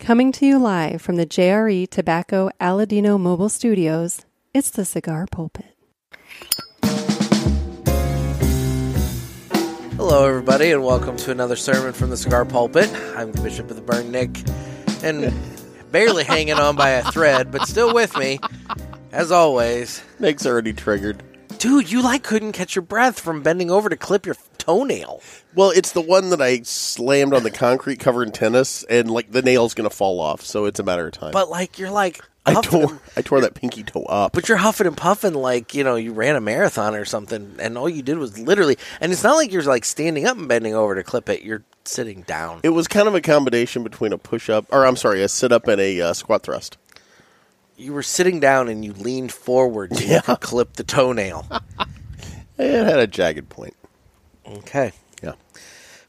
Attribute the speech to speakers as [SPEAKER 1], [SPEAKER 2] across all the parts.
[SPEAKER 1] Coming to you live from the JRE Tobacco Aladino Mobile Studios, it's the Cigar Pulpit.
[SPEAKER 2] Hello, everybody, and welcome to another sermon from the Cigar Pulpit. I'm the Bishop of the Burn, Nick, and barely hanging on by a thread, but still with me, as always.
[SPEAKER 3] Nick's already triggered.
[SPEAKER 2] Dude, you like couldn't catch your breath from bending over to clip your toenail.
[SPEAKER 3] Well, it's the one that I slammed on the concrete covering tennis, and like the nail's gonna fall off, so it's a matter of time.
[SPEAKER 2] But like you're like
[SPEAKER 3] I
[SPEAKER 2] huffing
[SPEAKER 3] tore,
[SPEAKER 2] and-
[SPEAKER 3] I tore that pinky toe up.
[SPEAKER 2] but you're huffing and puffing like you know you ran a marathon or something, and all you did was literally. And it's not like you're like standing up and bending over to clip it. You're sitting down.
[SPEAKER 3] it was kind of a combination between a push up, or I'm sorry, a sit up and a uh, squat thrust.
[SPEAKER 2] You were sitting down and you leaned forward to
[SPEAKER 3] Yeah.
[SPEAKER 2] clip the toenail.
[SPEAKER 3] It had a jagged point.
[SPEAKER 2] Okay.
[SPEAKER 3] Yeah,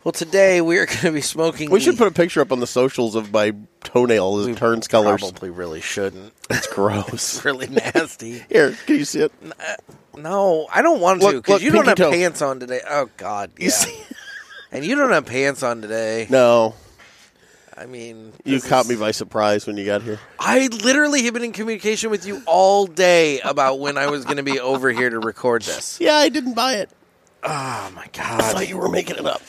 [SPEAKER 2] Well, today we are going to be smoking.
[SPEAKER 3] we should
[SPEAKER 2] the-
[SPEAKER 3] put a picture up on the socials of my toenail as it turns colors.
[SPEAKER 2] Probably really shouldn't.
[SPEAKER 3] It's gross.
[SPEAKER 2] really nasty.
[SPEAKER 3] Here, can you see it?
[SPEAKER 2] No, I don't want to
[SPEAKER 3] Look,
[SPEAKER 2] because
[SPEAKER 3] look,
[SPEAKER 2] you don't
[SPEAKER 3] pinky
[SPEAKER 2] have
[SPEAKER 3] toe.
[SPEAKER 2] pants on today. Oh God, yeah.
[SPEAKER 3] You see?
[SPEAKER 2] and you don't have pants on today.
[SPEAKER 3] No,
[SPEAKER 2] I mean,
[SPEAKER 3] you
[SPEAKER 2] this is-
[SPEAKER 3] caught me by surprise when you got here.
[SPEAKER 2] I literally have been in communication with you all day about when I was going to be over here to record this.
[SPEAKER 3] Yeah, I didn't buy it.
[SPEAKER 2] Oh my God,
[SPEAKER 3] you were making it up.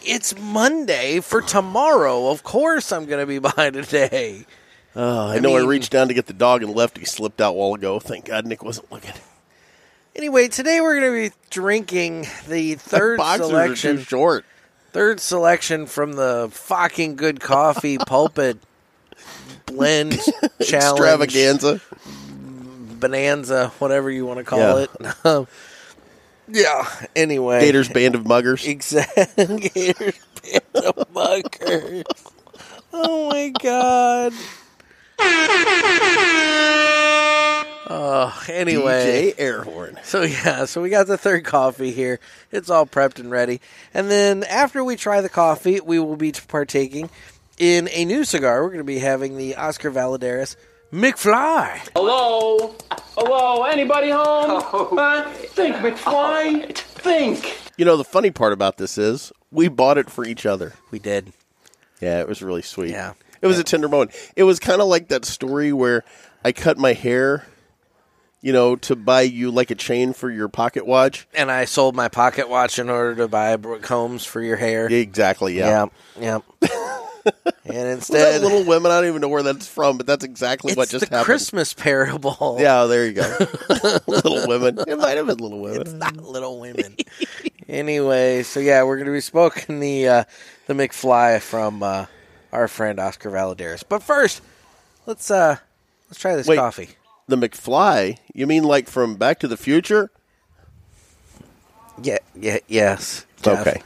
[SPEAKER 2] it's Monday for tomorrow. Of course, I'm going to be by today.
[SPEAKER 3] I, know I
[SPEAKER 2] mean-
[SPEAKER 3] reached down to get the dog and left. He slipped out a while ago. Thank God Nick wasn't looking.
[SPEAKER 2] Anyway, today we're going to be drinking the third
[SPEAKER 3] Boxers are too
[SPEAKER 2] selection.
[SPEAKER 3] short.
[SPEAKER 2] Third selection from the fucking good coffee pulpit blend challenge
[SPEAKER 3] Extravaganza.
[SPEAKER 2] bonanza, whatever you want to call
[SPEAKER 3] Yeah.
[SPEAKER 2] it. Um, yeah. Anyway,
[SPEAKER 3] Gators band of muggers.
[SPEAKER 2] exactly. Gators panda muckers. Oh my god. Oh, anyway.
[SPEAKER 3] DJ air horn.
[SPEAKER 2] So yeah, so we got the third coffee here. It's all prepped and ready. And then after we try the coffee, we will be partaking in a new cigar. We're going to be having the Oscar Valadares McFly.
[SPEAKER 3] Oh.
[SPEAKER 4] Hello? Hello? Anybody home? Huh? Think, McFly. Think.
[SPEAKER 3] You know the funny part about this is we bought it for each other.
[SPEAKER 2] We did.
[SPEAKER 3] Yeah, it was really sweet.
[SPEAKER 2] Yeah.
[SPEAKER 3] it was a tender moment. It was kind of like that story where I cut my hair, you know, to buy you like a chain for your pocket watch.
[SPEAKER 2] And I sold my pocket watch in order to buy Brooke Holmes for your hair.
[SPEAKER 3] Exactly. Yeah.
[SPEAKER 2] yeah. and
[SPEAKER 3] That
[SPEAKER 2] instead
[SPEAKER 3] little women. I don't even know where that's from, but that's exactly
[SPEAKER 2] it's
[SPEAKER 3] what just
[SPEAKER 2] the
[SPEAKER 3] happened.
[SPEAKER 2] Christmas parable.
[SPEAKER 3] Yeah, there you go. little women. It might have been little women.
[SPEAKER 2] It's not Little Women. Mm. anyway, so yeah, we're going to be smoking the uh, the McFly from uh, our friend Oscar Valadares. But first, let's uh, let's try this
[SPEAKER 3] Wait.
[SPEAKER 2] coffee.
[SPEAKER 3] The McFly? You mean like from Back to the Future?
[SPEAKER 2] Yeah, yeah, yes. Jeff.
[SPEAKER 3] Okay.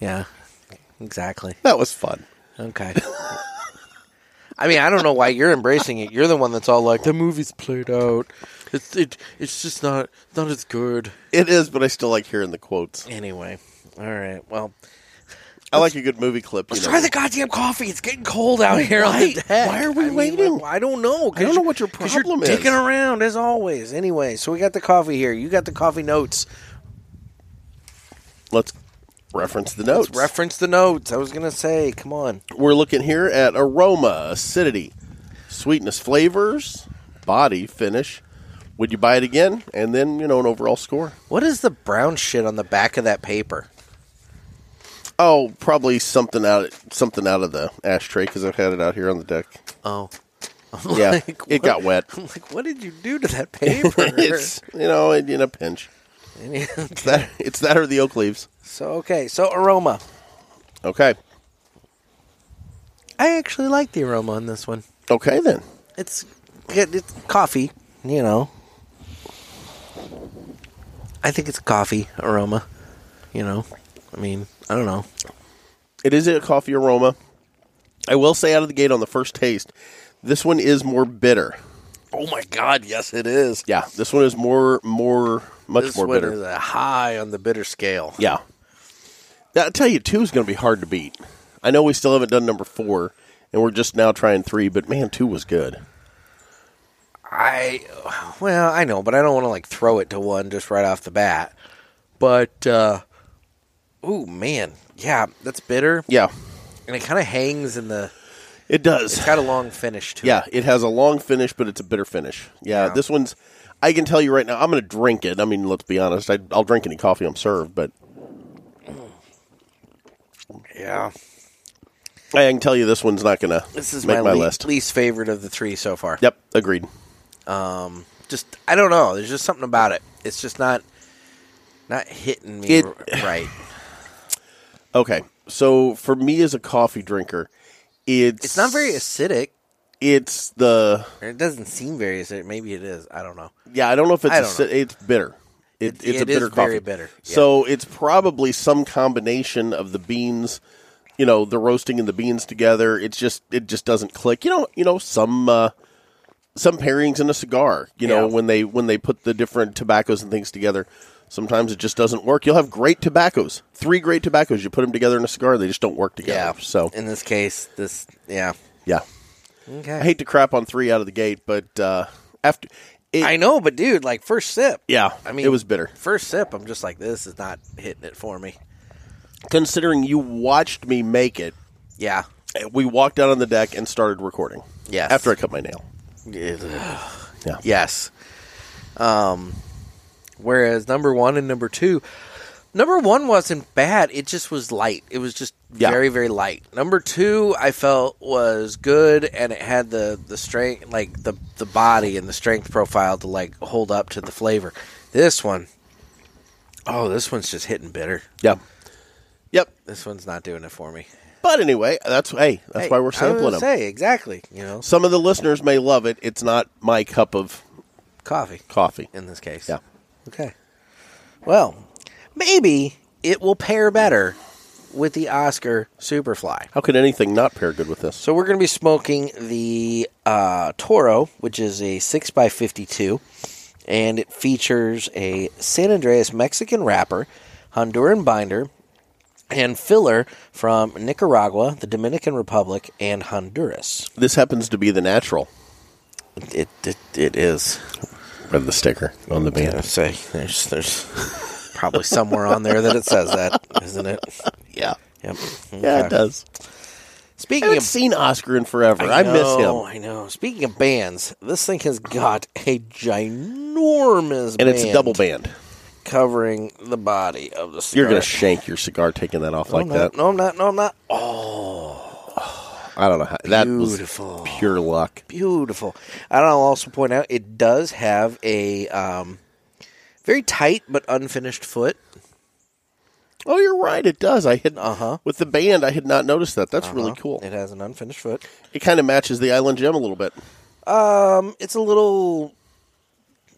[SPEAKER 2] Yeah. Exactly.
[SPEAKER 3] That was fun.
[SPEAKER 2] Okay. I mean, I don't know why you're embracing it. You're the one that's all like, "The movie's played out. It's it, it's just not not as good."
[SPEAKER 3] It is, but I still like hearing the quotes.
[SPEAKER 2] Anyway, all right. Well,
[SPEAKER 3] I like a good movie clip. You
[SPEAKER 2] Let's
[SPEAKER 3] know.
[SPEAKER 2] try the goddamn coffee. It's getting cold out here. on the
[SPEAKER 3] Why-
[SPEAKER 2] deck.
[SPEAKER 3] why are we
[SPEAKER 2] I mean,
[SPEAKER 3] waiting?
[SPEAKER 2] like, I don't know. 'cause
[SPEAKER 3] I don't know
[SPEAKER 2] you-
[SPEAKER 3] what your
[SPEAKER 2] 'cause
[SPEAKER 3] problem
[SPEAKER 2] you're
[SPEAKER 3] is.
[SPEAKER 2] Dicking around as always. Anyway, so we got the coffee here. You got the coffee notes.
[SPEAKER 3] Let's reference the notes.
[SPEAKER 2] Reference the notes. I was gonna say, come on.
[SPEAKER 3] We're looking here at aroma, acidity, sweetness, flavors, body, finish. Would you buy it again? And then, you know, an overall score.
[SPEAKER 2] What is the brown shit on the back of that paper?
[SPEAKER 3] Oh, probably something out something out of the ashtray because I've had it out here on the deck.
[SPEAKER 2] Oh,
[SPEAKER 3] yeah,
[SPEAKER 2] like, what?
[SPEAKER 3] it got wet.
[SPEAKER 2] I'm like, what did you do to that paper?
[SPEAKER 3] it's you know in in a pinch. It's that it's that or the oak leaves.
[SPEAKER 2] so okay. So aroma.
[SPEAKER 3] Okay.
[SPEAKER 2] I actually like the aroma on this one.
[SPEAKER 3] Okay then.
[SPEAKER 2] It's it- it's coffee, you know. I think it's coffee aroma, you know. I mean, I don't know.
[SPEAKER 3] It is a coffee aroma. I will say out of the gate on the first taste, this one is more bitter.
[SPEAKER 2] Oh my god, yes it is.
[SPEAKER 3] Yeah, this one is more more much
[SPEAKER 2] This
[SPEAKER 3] more
[SPEAKER 2] one
[SPEAKER 3] bitter.
[SPEAKER 2] is a high on the bitter scale.
[SPEAKER 3] Yeah. Now, I tell you, two is going to be hard to beat. I know we still haven't done number four, and we're just now trying three. But man, two was good.
[SPEAKER 2] I well, I know, but I don't want to like throw it to one just right off the bat. But uh ooh man, yeah, that's bitter
[SPEAKER 3] Yeah,
[SPEAKER 2] and it kind of hangs in the
[SPEAKER 3] It does.
[SPEAKER 2] It's got a long finish to it.
[SPEAKER 3] Yeah, it has a long finish, but it's a bitter finish. Yeah,
[SPEAKER 2] Yeah.
[SPEAKER 3] this one's. I can tell you right now, I'm going to drink it. I mean, let's be honest. I, I'll drink any coffee I'm served, but
[SPEAKER 2] Yeah.
[SPEAKER 3] I can tell you this one's not going to
[SPEAKER 2] This is
[SPEAKER 3] make my,
[SPEAKER 2] my, le-
[SPEAKER 3] list.
[SPEAKER 2] least favorite of the three so far.
[SPEAKER 3] Yep, agreed.
[SPEAKER 2] Just I don't know. There's just something about it. It's just not not hitting me
[SPEAKER 3] It-
[SPEAKER 2] r- right.
[SPEAKER 3] Okay, so for me as a coffee drinker, it's
[SPEAKER 2] It's not very acidic.
[SPEAKER 3] It's the
[SPEAKER 2] Or it doesn't seem very acidic. Maybe it is. I don't know.
[SPEAKER 3] yeah. I don't know if it's
[SPEAKER 2] I don't
[SPEAKER 3] acid-
[SPEAKER 2] know.
[SPEAKER 3] it's bitter. It,
[SPEAKER 2] It-
[SPEAKER 3] it's a
[SPEAKER 2] it is
[SPEAKER 3] bitter coffee.
[SPEAKER 2] very bitter, yeah.
[SPEAKER 3] So it's probably some combination of the beans. You know, the roasting and the beans together. It's just it just doesn't click. You know, you know some uh, some pairings in a cigar. You know
[SPEAKER 2] Yeah.
[SPEAKER 3] when they when they put the different tobaccos and things together. Sometimes it just doesn't work. You'll have great tobaccos, three great tobaccos. You put them together in a cigar, they just don't work together. So
[SPEAKER 2] in this case, this yeah.
[SPEAKER 3] yeah,
[SPEAKER 2] Okay.
[SPEAKER 3] I hate to crap on three out of the gate, but uh, after it,
[SPEAKER 2] I know, but dude, like first sip.
[SPEAKER 3] yeah,
[SPEAKER 2] I mean
[SPEAKER 3] it was bitter.
[SPEAKER 2] First sip, I'm just like, this is not hitting it for me.
[SPEAKER 3] considering you watched me make it,
[SPEAKER 2] Yeah.
[SPEAKER 3] we walked out on the deck and started recording.
[SPEAKER 2] Yes.
[SPEAKER 3] After I cut my nail. Yeah.
[SPEAKER 2] yes. Um whereas number one and number two number one wasn't bad. It just was light. It was just
[SPEAKER 3] Yeah.
[SPEAKER 2] very, very light. Number two I felt was good and it had the, the strength like the the body and the strength profile to like hold up to the flavor. This one oh, this one's just hitting bitter.
[SPEAKER 3] Yeah. Yep.
[SPEAKER 2] This one's not doing it for me.
[SPEAKER 3] But anyway, that's hey, that's
[SPEAKER 2] Hey,
[SPEAKER 3] why we're
[SPEAKER 2] I was
[SPEAKER 3] sampling
[SPEAKER 2] gonna
[SPEAKER 3] them.
[SPEAKER 2] Say exactly. You know,
[SPEAKER 3] Some of the listeners may love it. It's not my cup of
[SPEAKER 2] coffee
[SPEAKER 3] coffee.
[SPEAKER 2] in this case.
[SPEAKER 3] Yeah.
[SPEAKER 2] Okay. Well, maybe it will pair better with the Oscar Superfly.
[SPEAKER 3] How could anything not pair good with this?
[SPEAKER 2] So we're going to be smoking the uh, Toro, which is a 6x52, and it features a San Andreas Mexican wrapper, Honduran binder, and filler from Nicaragua, the Dominican Republic, and Honduras.
[SPEAKER 3] This happens to be the natural
[SPEAKER 2] It it, it is.
[SPEAKER 3] rather the sticker on the
[SPEAKER 2] I
[SPEAKER 3] band.
[SPEAKER 2] say there's there's probably somewhere on there that it says that, isn't it?
[SPEAKER 3] Yeah.
[SPEAKER 2] Yep.
[SPEAKER 3] Yeah,
[SPEAKER 2] Okay.
[SPEAKER 3] it does. I
[SPEAKER 2] Speaking
[SPEAKER 3] haven't
[SPEAKER 2] of
[SPEAKER 3] seen Oscar in forever. I, miss
[SPEAKER 2] know,
[SPEAKER 3] him.
[SPEAKER 2] I know. Speaking of bands, this thing has got a ginormous
[SPEAKER 3] And it's a double band.
[SPEAKER 2] covering the body of the cigar.
[SPEAKER 3] You're going to shank your cigar taking that off
[SPEAKER 2] no,
[SPEAKER 3] like
[SPEAKER 2] I'm not,
[SPEAKER 3] that.
[SPEAKER 2] No, I'm not. No, I'm not. Oh,
[SPEAKER 3] I don't know. How, that
[SPEAKER 2] Beautiful.
[SPEAKER 3] was pure luck.
[SPEAKER 2] beautiful. And I'll also point out it does have a um, very tight but unfinished foot.
[SPEAKER 3] Oh, you're right. It does. I had
[SPEAKER 2] Uh-huh.
[SPEAKER 3] with the band. I had not noticed that. That's really
[SPEAKER 2] Uh,
[SPEAKER 3] cool.
[SPEAKER 2] It has an unfinished foot.
[SPEAKER 3] It kind of matches the Island Gem a little bit.
[SPEAKER 2] Um, it's a little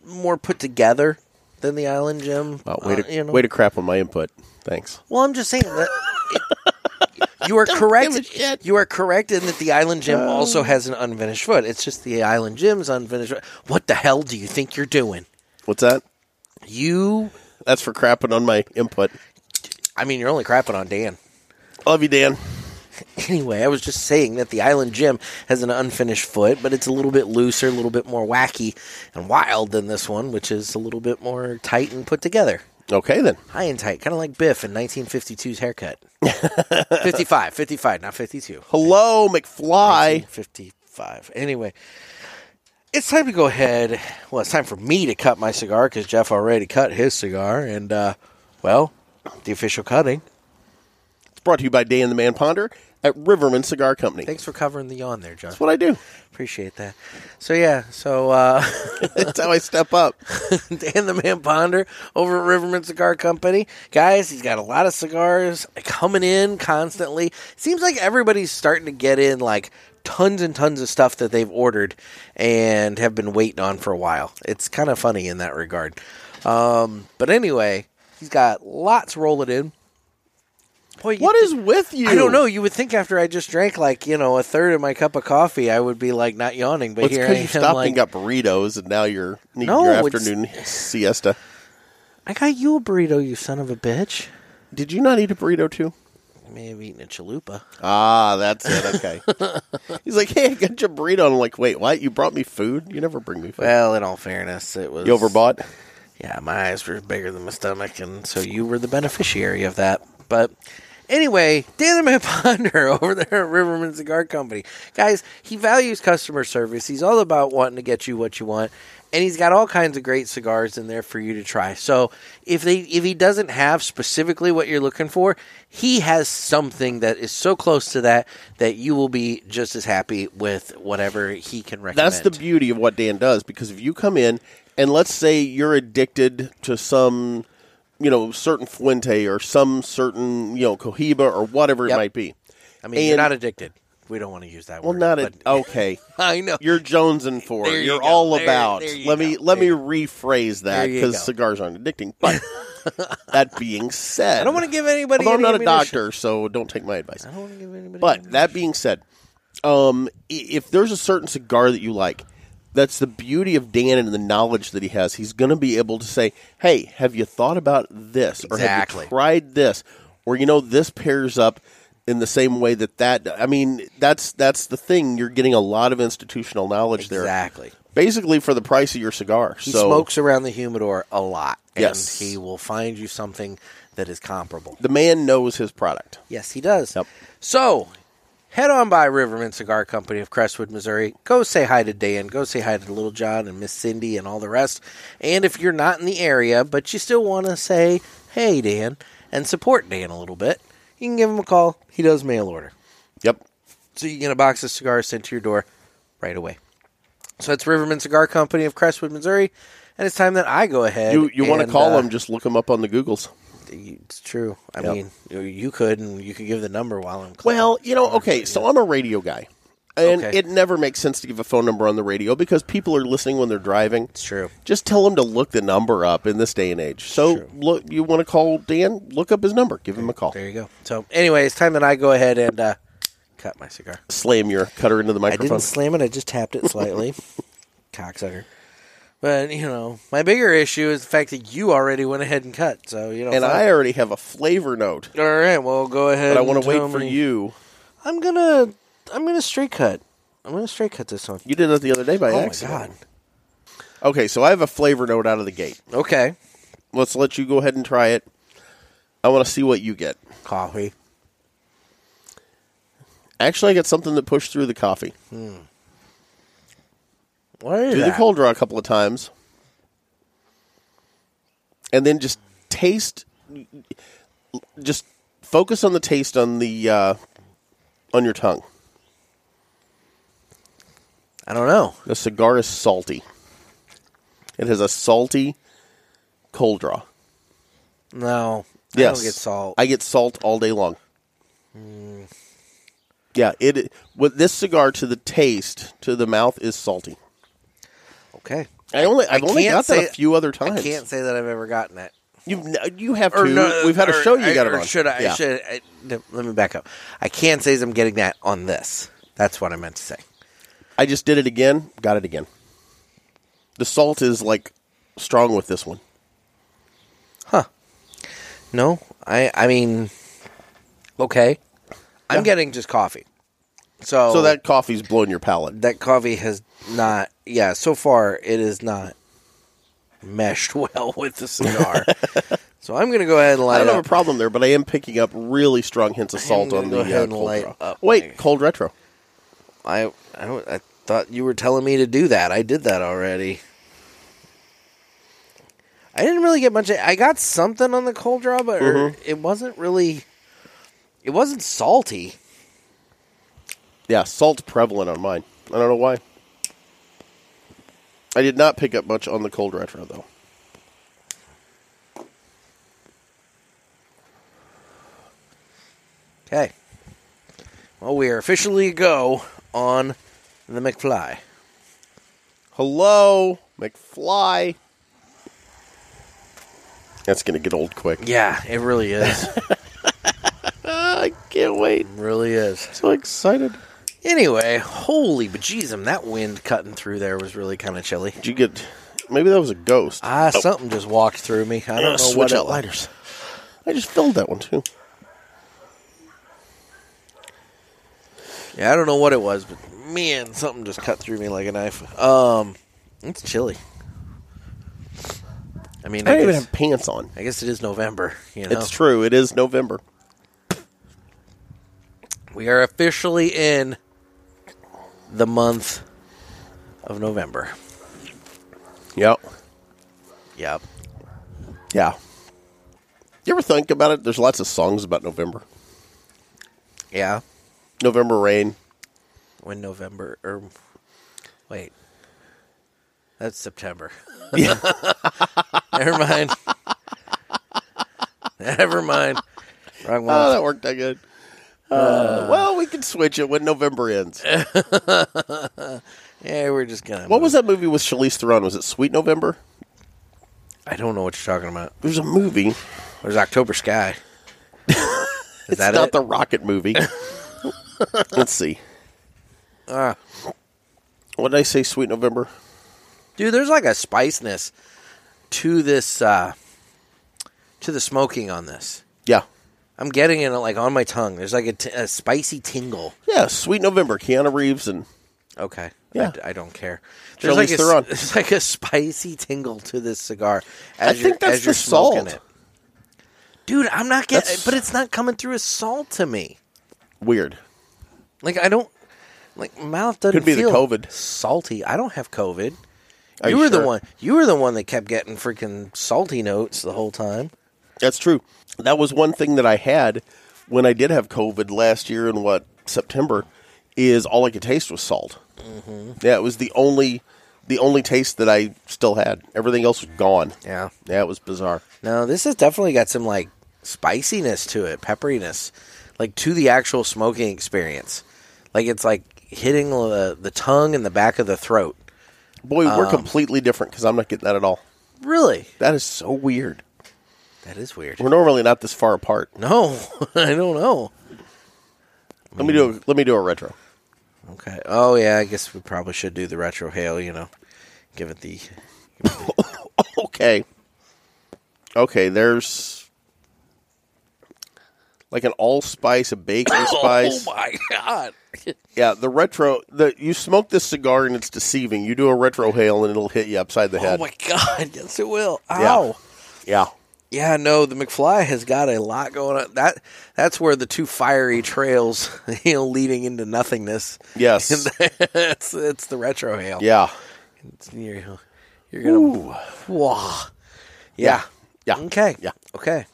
[SPEAKER 2] more put together than the Island Gym.
[SPEAKER 3] Wow, way
[SPEAKER 2] uh,
[SPEAKER 3] to
[SPEAKER 2] you know.
[SPEAKER 3] way to crap on my input. Thanks.
[SPEAKER 2] Well, I'm just saying that it- you are correct.
[SPEAKER 3] give a shit. Oh.
[SPEAKER 2] You are correct in that the Island Gym also has an unfinished foot. It's just the Island Gym's unfinished. foot. What the hell do you think you're doing?
[SPEAKER 3] What's that?
[SPEAKER 2] You,
[SPEAKER 3] That's for crapping on my input.
[SPEAKER 2] I mean, you're only crapping on Dan.
[SPEAKER 3] Love you, Dan.
[SPEAKER 2] Anyway, I was just saying that the Island Gym has an unfinished foot, but it's a little bit looser, a little bit more wacky and wild than this one, which is a little bit more tight and put together.
[SPEAKER 3] Okay then.
[SPEAKER 2] High and tight, kind of like Biff in 1952's haircut. 55, 55, not 52.
[SPEAKER 3] Hello, McFly.
[SPEAKER 2] 55. Anyway, it's time to go ahead. Well, it's time for me to cut my cigar because Jeff already cut his cigar. And, uh, well, the official cutting.
[SPEAKER 3] It's brought to you by Dan the Man Ponder at Riverman Cigar Company.
[SPEAKER 2] Thanks for covering the yawn there, John.
[SPEAKER 3] That's what I do.
[SPEAKER 2] Appreciate that. So, yeah, so uh,
[SPEAKER 3] That's how I step up.
[SPEAKER 2] Dan the Man Ponder over at Riverman Cigar Company. Guys, he's got a lot of cigars coming in constantly. Seems like everybody's starting to get in, like, tons and tons of stuff that they've ordered and have been waiting on for a while. It's kind of funny in that regard. Um, but anyway, he's got lots rolling in. Boy, you-
[SPEAKER 3] What is with you?
[SPEAKER 2] I don't know. You would think after I just drank like you know a third of my cup of coffee, I would be like not yawning, but
[SPEAKER 3] Well, it's
[SPEAKER 2] here I
[SPEAKER 3] because
[SPEAKER 2] am.
[SPEAKER 3] you stopped
[SPEAKER 2] like,
[SPEAKER 3] and got burritos, and now you're needing
[SPEAKER 2] No,
[SPEAKER 3] your
[SPEAKER 2] it's-
[SPEAKER 3] afternoon siesta.
[SPEAKER 2] I got you a burrito, you son of a bitch.
[SPEAKER 3] Did you not eat a burrito too?
[SPEAKER 2] I may have eaten a chalupa.
[SPEAKER 3] Ah, that's it. Okay. He's like, hey, I got your burrito. I'm like, wait, what? You brought me food? You never bring me food.
[SPEAKER 2] Well, in all fairness, it was
[SPEAKER 3] you overbought?
[SPEAKER 2] Yeah, my eyes were bigger than my stomach, and so you were the beneficiary of that. But Anyway, Dan the Man Ponder over there at Riverman Cigar Company. Guys, he values customer service. He's all about wanting to get you what you want. And he's got all kinds of great cigars in there for you to try. So if they if he doesn't have specifically what you're looking for, he has something that is so close to that that you will be just as happy with whatever he can recommend.
[SPEAKER 3] That's the beauty of what Dan does because if you come in and let's say you're addicted to some, you know, certain Fuente or some certain, you know, Cohiba or whatever
[SPEAKER 2] Yep.
[SPEAKER 3] it might be.
[SPEAKER 2] I mean, you're
[SPEAKER 3] and-
[SPEAKER 2] not addicted. We don't want to use that
[SPEAKER 3] Well,
[SPEAKER 2] word.
[SPEAKER 3] not a,
[SPEAKER 2] but-
[SPEAKER 3] okay.
[SPEAKER 2] I know.
[SPEAKER 3] You're jonesing for.
[SPEAKER 2] There
[SPEAKER 3] it.
[SPEAKER 2] you
[SPEAKER 3] You're
[SPEAKER 2] go.
[SPEAKER 3] all
[SPEAKER 2] There-
[SPEAKER 3] about.
[SPEAKER 2] there you
[SPEAKER 3] let
[SPEAKER 2] go.
[SPEAKER 3] me let me
[SPEAKER 2] There
[SPEAKER 3] rephrase that
[SPEAKER 2] There you go.
[SPEAKER 3] because cigars aren't addicting. But that being said,
[SPEAKER 2] I don't want to give anybody.
[SPEAKER 3] Although I'm
[SPEAKER 2] any
[SPEAKER 3] not a
[SPEAKER 2] ammunition.
[SPEAKER 3] doctor, so don't take my advice.
[SPEAKER 2] I don't want to give anybody.
[SPEAKER 3] But that being said, um, i- if there's a certain cigar that you like, that's the beauty of Dan and the knowledge that he has. He's going to be able to say, "Hey, have you thought about this? Or have
[SPEAKER 2] Exactly.
[SPEAKER 3] you tried this? Or you know, this pairs up in the same way that that." I mean, that's that's the thing. You're getting a lot of institutional knowledge there,
[SPEAKER 2] exactly.
[SPEAKER 3] basically for the price of your cigar.
[SPEAKER 2] He
[SPEAKER 3] so
[SPEAKER 2] smokes around the humidor a lot, and
[SPEAKER 3] Yes.
[SPEAKER 2] he will find you something that is comparable.
[SPEAKER 3] the man knows his product.
[SPEAKER 2] Yes, he does.
[SPEAKER 3] Yep.
[SPEAKER 2] So, head on by Riverman Cigar Company of Crestwood, Missouri. Go say hi to Dan. Go say hi to Little John and Miss Cindy and all the rest. And if you're not in the area, but you still want to say, hey, Dan, and support Dan a little bit, you can give him a call. He does mail order.
[SPEAKER 3] Yep.
[SPEAKER 2] So you get a box of cigars sent to your door right away. So it's Riverman Cigar Company of Crestwood, Missouri, and it's time that I go ahead.
[SPEAKER 3] You you want to
[SPEAKER 2] and,
[SPEAKER 3] call
[SPEAKER 2] uh,
[SPEAKER 3] him? Just look him up on the Googles.
[SPEAKER 2] It's true. I
[SPEAKER 3] Yep.
[SPEAKER 2] mean, you- you could, and you could give the number while I'm. calling.
[SPEAKER 3] Well, you know, okay, so I'm a radio guy. And
[SPEAKER 2] Okay.
[SPEAKER 3] it never makes sense to give a phone number on the radio because people are listening when they're driving.
[SPEAKER 2] it's true.
[SPEAKER 3] Just tell them to look the number up in this day and age. So, look, you want to call Dan? Look up his number. Give him a call.
[SPEAKER 2] There you go. So, anyway, it's time that I go ahead and uh, cut my cigar.
[SPEAKER 3] Slam your cutter into the
[SPEAKER 2] I
[SPEAKER 3] microphone.
[SPEAKER 2] didn't slam it. I just tapped it slightly. Cocksucker. But you know, my bigger issue is the fact that you already went ahead and cut. So you know,
[SPEAKER 3] And
[SPEAKER 2] fuck.
[SPEAKER 3] I already have a flavor note,
[SPEAKER 2] All right. Well, go ahead.
[SPEAKER 3] but I want
[SPEAKER 2] and
[SPEAKER 3] to wait
[SPEAKER 2] tell
[SPEAKER 3] for
[SPEAKER 2] me-
[SPEAKER 3] you.
[SPEAKER 2] I'm gonna I'm gonna straight cut. I'm gonna straight cut this one.
[SPEAKER 3] You did that the other day by
[SPEAKER 2] Oh my
[SPEAKER 3] accident.
[SPEAKER 2] god.
[SPEAKER 3] Okay, so I have a flavor note out of the gate.
[SPEAKER 2] Okay.
[SPEAKER 3] Let's let you go ahead and try it. I want to see what you get.
[SPEAKER 2] Coffee.
[SPEAKER 3] Actually, I got something that pushed through the coffee.
[SPEAKER 2] What is
[SPEAKER 3] do the
[SPEAKER 2] that?
[SPEAKER 3] cold draw a couple of times, and then just taste. Just focus on the taste on the uh, on your tongue.
[SPEAKER 2] I don't know.
[SPEAKER 3] The cigar is salty. It has a salty cold draw.
[SPEAKER 2] No. I
[SPEAKER 3] Yes,
[SPEAKER 2] don't get salt.
[SPEAKER 3] I get salt all day long. Yeah, it with this cigar to the taste to the mouth is salty.
[SPEAKER 2] okay.
[SPEAKER 3] I only I've only
[SPEAKER 2] can't
[SPEAKER 3] got
[SPEAKER 2] say-
[SPEAKER 3] that a few other times.
[SPEAKER 2] I can't say that I've ever gotten it.
[SPEAKER 3] You've n- you have
[SPEAKER 2] Or
[SPEAKER 3] to.
[SPEAKER 2] no,
[SPEAKER 3] We've had a
[SPEAKER 2] or-
[SPEAKER 3] show you
[SPEAKER 2] I-
[SPEAKER 3] got it
[SPEAKER 2] or
[SPEAKER 3] on.
[SPEAKER 2] Should I?
[SPEAKER 3] Yeah.
[SPEAKER 2] Should I, no, let me back up. I can't say that I'm getting that on this. That's what I meant to say.
[SPEAKER 3] I just did it again. Got it again. The salt is like strong with this one.
[SPEAKER 2] No, I. I mean, okay. I'm getting just coffee. So
[SPEAKER 3] So that coffee's blowing your palate.
[SPEAKER 2] that coffee has not yeah so far it is not meshed well with the cigar so i'm gonna go ahead and
[SPEAKER 3] I
[SPEAKER 2] light
[SPEAKER 3] don't have
[SPEAKER 2] up
[SPEAKER 3] a problem there, but I am picking up really strong hints of salt
[SPEAKER 2] gonna
[SPEAKER 3] on
[SPEAKER 2] go
[SPEAKER 3] the
[SPEAKER 2] ahead
[SPEAKER 3] uh,
[SPEAKER 2] and
[SPEAKER 3] cold
[SPEAKER 2] light
[SPEAKER 3] draw.
[SPEAKER 2] up my-
[SPEAKER 3] Wait, cold retro.
[SPEAKER 2] I, I don't- i thought you were telling me to do that i did that already i didn't really get much i got something on the cold draw but er, it wasn't really it wasn't salty
[SPEAKER 3] Yeah, salt's prevalent on mine. I don't know why. I did not pick up much on the cold retro though.
[SPEAKER 2] okay well we are officially go on the mcfly
[SPEAKER 3] Hello, McFly. That's gonna get old quick.
[SPEAKER 2] yeah it really is
[SPEAKER 3] Ah, I can't wait.
[SPEAKER 2] really is
[SPEAKER 3] So excited.
[SPEAKER 2] Anyway, holy bejeezum, that wind cutting through there was really kind of chilly.
[SPEAKER 3] Did you get? Maybe that was a ghost.
[SPEAKER 2] Ah, something just walked through me. I don't know
[SPEAKER 3] Oh. switch
[SPEAKER 2] what it
[SPEAKER 3] out
[SPEAKER 2] was.
[SPEAKER 3] lighters. I just filled that one too.
[SPEAKER 2] Yeah, I don't know what it was, but man, something just cut through me like a knife. Um, it's chilly. I mean,
[SPEAKER 3] I
[SPEAKER 2] I,
[SPEAKER 3] don't even
[SPEAKER 2] guess,
[SPEAKER 3] have pants on.
[SPEAKER 2] I guess it is November. You know,
[SPEAKER 3] It's true. It is November.
[SPEAKER 2] We are officially in the month of November.
[SPEAKER 3] Yep.
[SPEAKER 2] Yep.
[SPEAKER 3] Yeah. You ever think about it? There's lots of songs about November.
[SPEAKER 2] Yeah.
[SPEAKER 3] November rain.
[SPEAKER 2] When November or wait. That's September. Never mind. Never mind. Wrong one.
[SPEAKER 3] Oh, that worked out good. Uh, well, we can switch it when November ends.
[SPEAKER 2] yeah, we're just gonna.
[SPEAKER 3] What was that movie with Charlize Theron? Was it Sweet November?
[SPEAKER 2] I don't know what you're talking about.
[SPEAKER 3] There's a movie.
[SPEAKER 2] There's October Sky. Is
[SPEAKER 3] It's
[SPEAKER 2] that
[SPEAKER 3] not
[SPEAKER 2] it?
[SPEAKER 3] the Rocket movie. Let's see.
[SPEAKER 2] Ah.
[SPEAKER 3] What did I say? Sweet November.
[SPEAKER 2] dude there's like a spiciness to this uh to the smoking on this
[SPEAKER 3] Yeah.
[SPEAKER 2] i'm getting it like on my tongue there's like a, t- a spicy tingle
[SPEAKER 3] Yeah. Sweet November. Keanu Reeves and
[SPEAKER 2] okay
[SPEAKER 3] Yeah.
[SPEAKER 2] I, I don't care there's
[SPEAKER 3] Charlize
[SPEAKER 2] like, a, s-
[SPEAKER 3] Theron.
[SPEAKER 2] there's like a spicy tingle to this cigar as
[SPEAKER 3] I
[SPEAKER 2] you're,
[SPEAKER 3] think that's
[SPEAKER 2] as you're
[SPEAKER 3] the
[SPEAKER 2] smoking
[SPEAKER 3] salt.
[SPEAKER 2] it dude i'm not getting
[SPEAKER 3] That's-
[SPEAKER 2] but it's not coming through as salt to me
[SPEAKER 3] weird.
[SPEAKER 2] like i don't like my mouth doesn't
[SPEAKER 3] Could be the
[SPEAKER 2] feel
[SPEAKER 3] COVID.
[SPEAKER 2] salty i don't have covid
[SPEAKER 3] Are
[SPEAKER 2] you were the
[SPEAKER 3] sure?
[SPEAKER 2] one you were the one that kept getting freaking salty notes the whole time
[SPEAKER 3] That's true. That was one thing that I had when I did have COVID last year in what September is all I could taste was salt.
[SPEAKER 2] Mm-hmm.
[SPEAKER 3] Yeah, it was the only the only taste that I still had. Everything else was gone.
[SPEAKER 2] yeah
[SPEAKER 3] Yeah, it was bizarre.
[SPEAKER 2] No, this has definitely got some like spiciness to it, pepperiness, like to the actual smoking experience. Like it's like hitting the, the tongue and the back of the throat.
[SPEAKER 3] Boy,
[SPEAKER 2] Um,
[SPEAKER 3] we're completely different because I'm not getting that at all.
[SPEAKER 2] Really?
[SPEAKER 3] That is so weird.
[SPEAKER 2] That is weird.
[SPEAKER 3] We're normally not this far apart.
[SPEAKER 2] No, I don't know.
[SPEAKER 3] Let me do a, let me do a retro.
[SPEAKER 2] Okay. Oh yeah, I guess we probably should do the retro hail. You know, give it the
[SPEAKER 3] okay. Okay, there's like an allspice, a baking spice.
[SPEAKER 2] Oh my god!
[SPEAKER 3] Yeah, the retro. The you smoke this cigar and it's deceiving. You do a retro hail and it'll hit you upside the
[SPEAKER 2] Oh
[SPEAKER 3] head.
[SPEAKER 2] my god! Yes, it will.
[SPEAKER 3] Yeah.
[SPEAKER 2] Ow.
[SPEAKER 3] Yeah,
[SPEAKER 2] Yeah, no, the McFly has got a lot going on. That that's where the two fiery trails, you know, leading into nothingness.
[SPEAKER 3] Yes.
[SPEAKER 2] it's it's the retro hail.
[SPEAKER 3] yeah,
[SPEAKER 2] It's- you're, you're gonna. Whoa. Yeah.
[SPEAKER 3] yeah.
[SPEAKER 2] Okay.
[SPEAKER 3] Yeah.
[SPEAKER 2] Okay.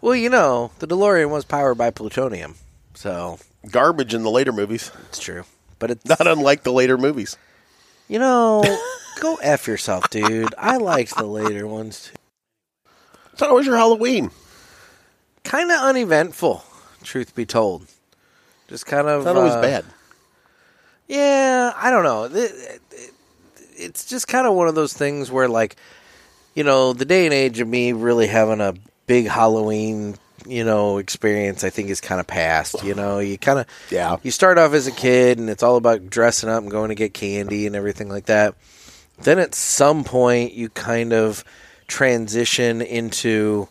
[SPEAKER 2] Well, you know, the DeLorean was powered by plutonium, so
[SPEAKER 3] Garbage in the later movies.
[SPEAKER 2] it's true. But it's
[SPEAKER 3] Not unlike the later movies.
[SPEAKER 2] you know, go f yourself, dude. I liked the later ones too.
[SPEAKER 3] It's not always your Halloween.
[SPEAKER 2] Kind of uneventful, truth be told. Just kind of
[SPEAKER 3] It's not always
[SPEAKER 2] uh,
[SPEAKER 3] bad.
[SPEAKER 2] Yeah, I don't know. Th- it- it- It's just kind of one of those things where, like, you know, the day and age of me really having a big Halloween, you know, experience, I think is kind of past. You know, you kind of,
[SPEAKER 3] Yeah.
[SPEAKER 2] you start off as a kid and it's all about dressing up and going to get candy and everything like that. Then at some point, you kind of transition into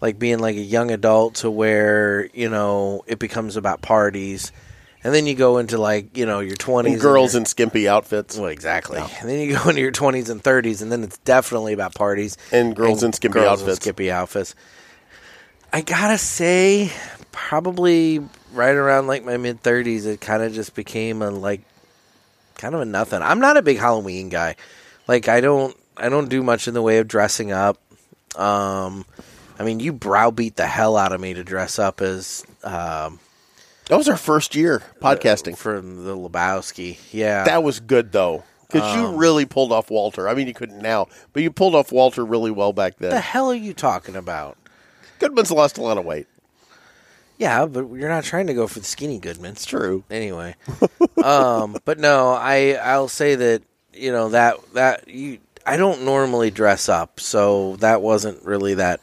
[SPEAKER 2] like being like a young adult to where, you know, it becomes about parties. And then you go into like, you know, your 20s.
[SPEAKER 3] And girls
[SPEAKER 2] your-
[SPEAKER 3] in skimpy outfits
[SPEAKER 2] well, exactly. And then you go into your 20s and 30s, and then it's definitely about parties
[SPEAKER 3] and girls in skimpy
[SPEAKER 2] girls in
[SPEAKER 3] outfits.
[SPEAKER 2] skimpy outfits. I gotta say, probably right around like my mid 30s, it kind of just became a like kind of a nothing. I'm not a big Halloween guy. Like I don't, I don't do much in the way of dressing up. Um, I mean, you browbeat the hell out of me to dress up as um,
[SPEAKER 3] that was our first year podcasting.
[SPEAKER 2] from the Lebowski. Yeah,
[SPEAKER 3] that was good though, because you really pulled off Walter. I mean, you couldn't now, but you pulled off Walter really well back
[SPEAKER 2] the
[SPEAKER 3] then.
[SPEAKER 2] hell are you talking about?
[SPEAKER 3] Goodman's lost a lot of weight.
[SPEAKER 2] Yeah, but you're not trying to go for the skinny Goodman. It's
[SPEAKER 3] True.
[SPEAKER 2] Anyway, um, but no, I I'll say that you know that that you I don't normally dress up, so that wasn't really that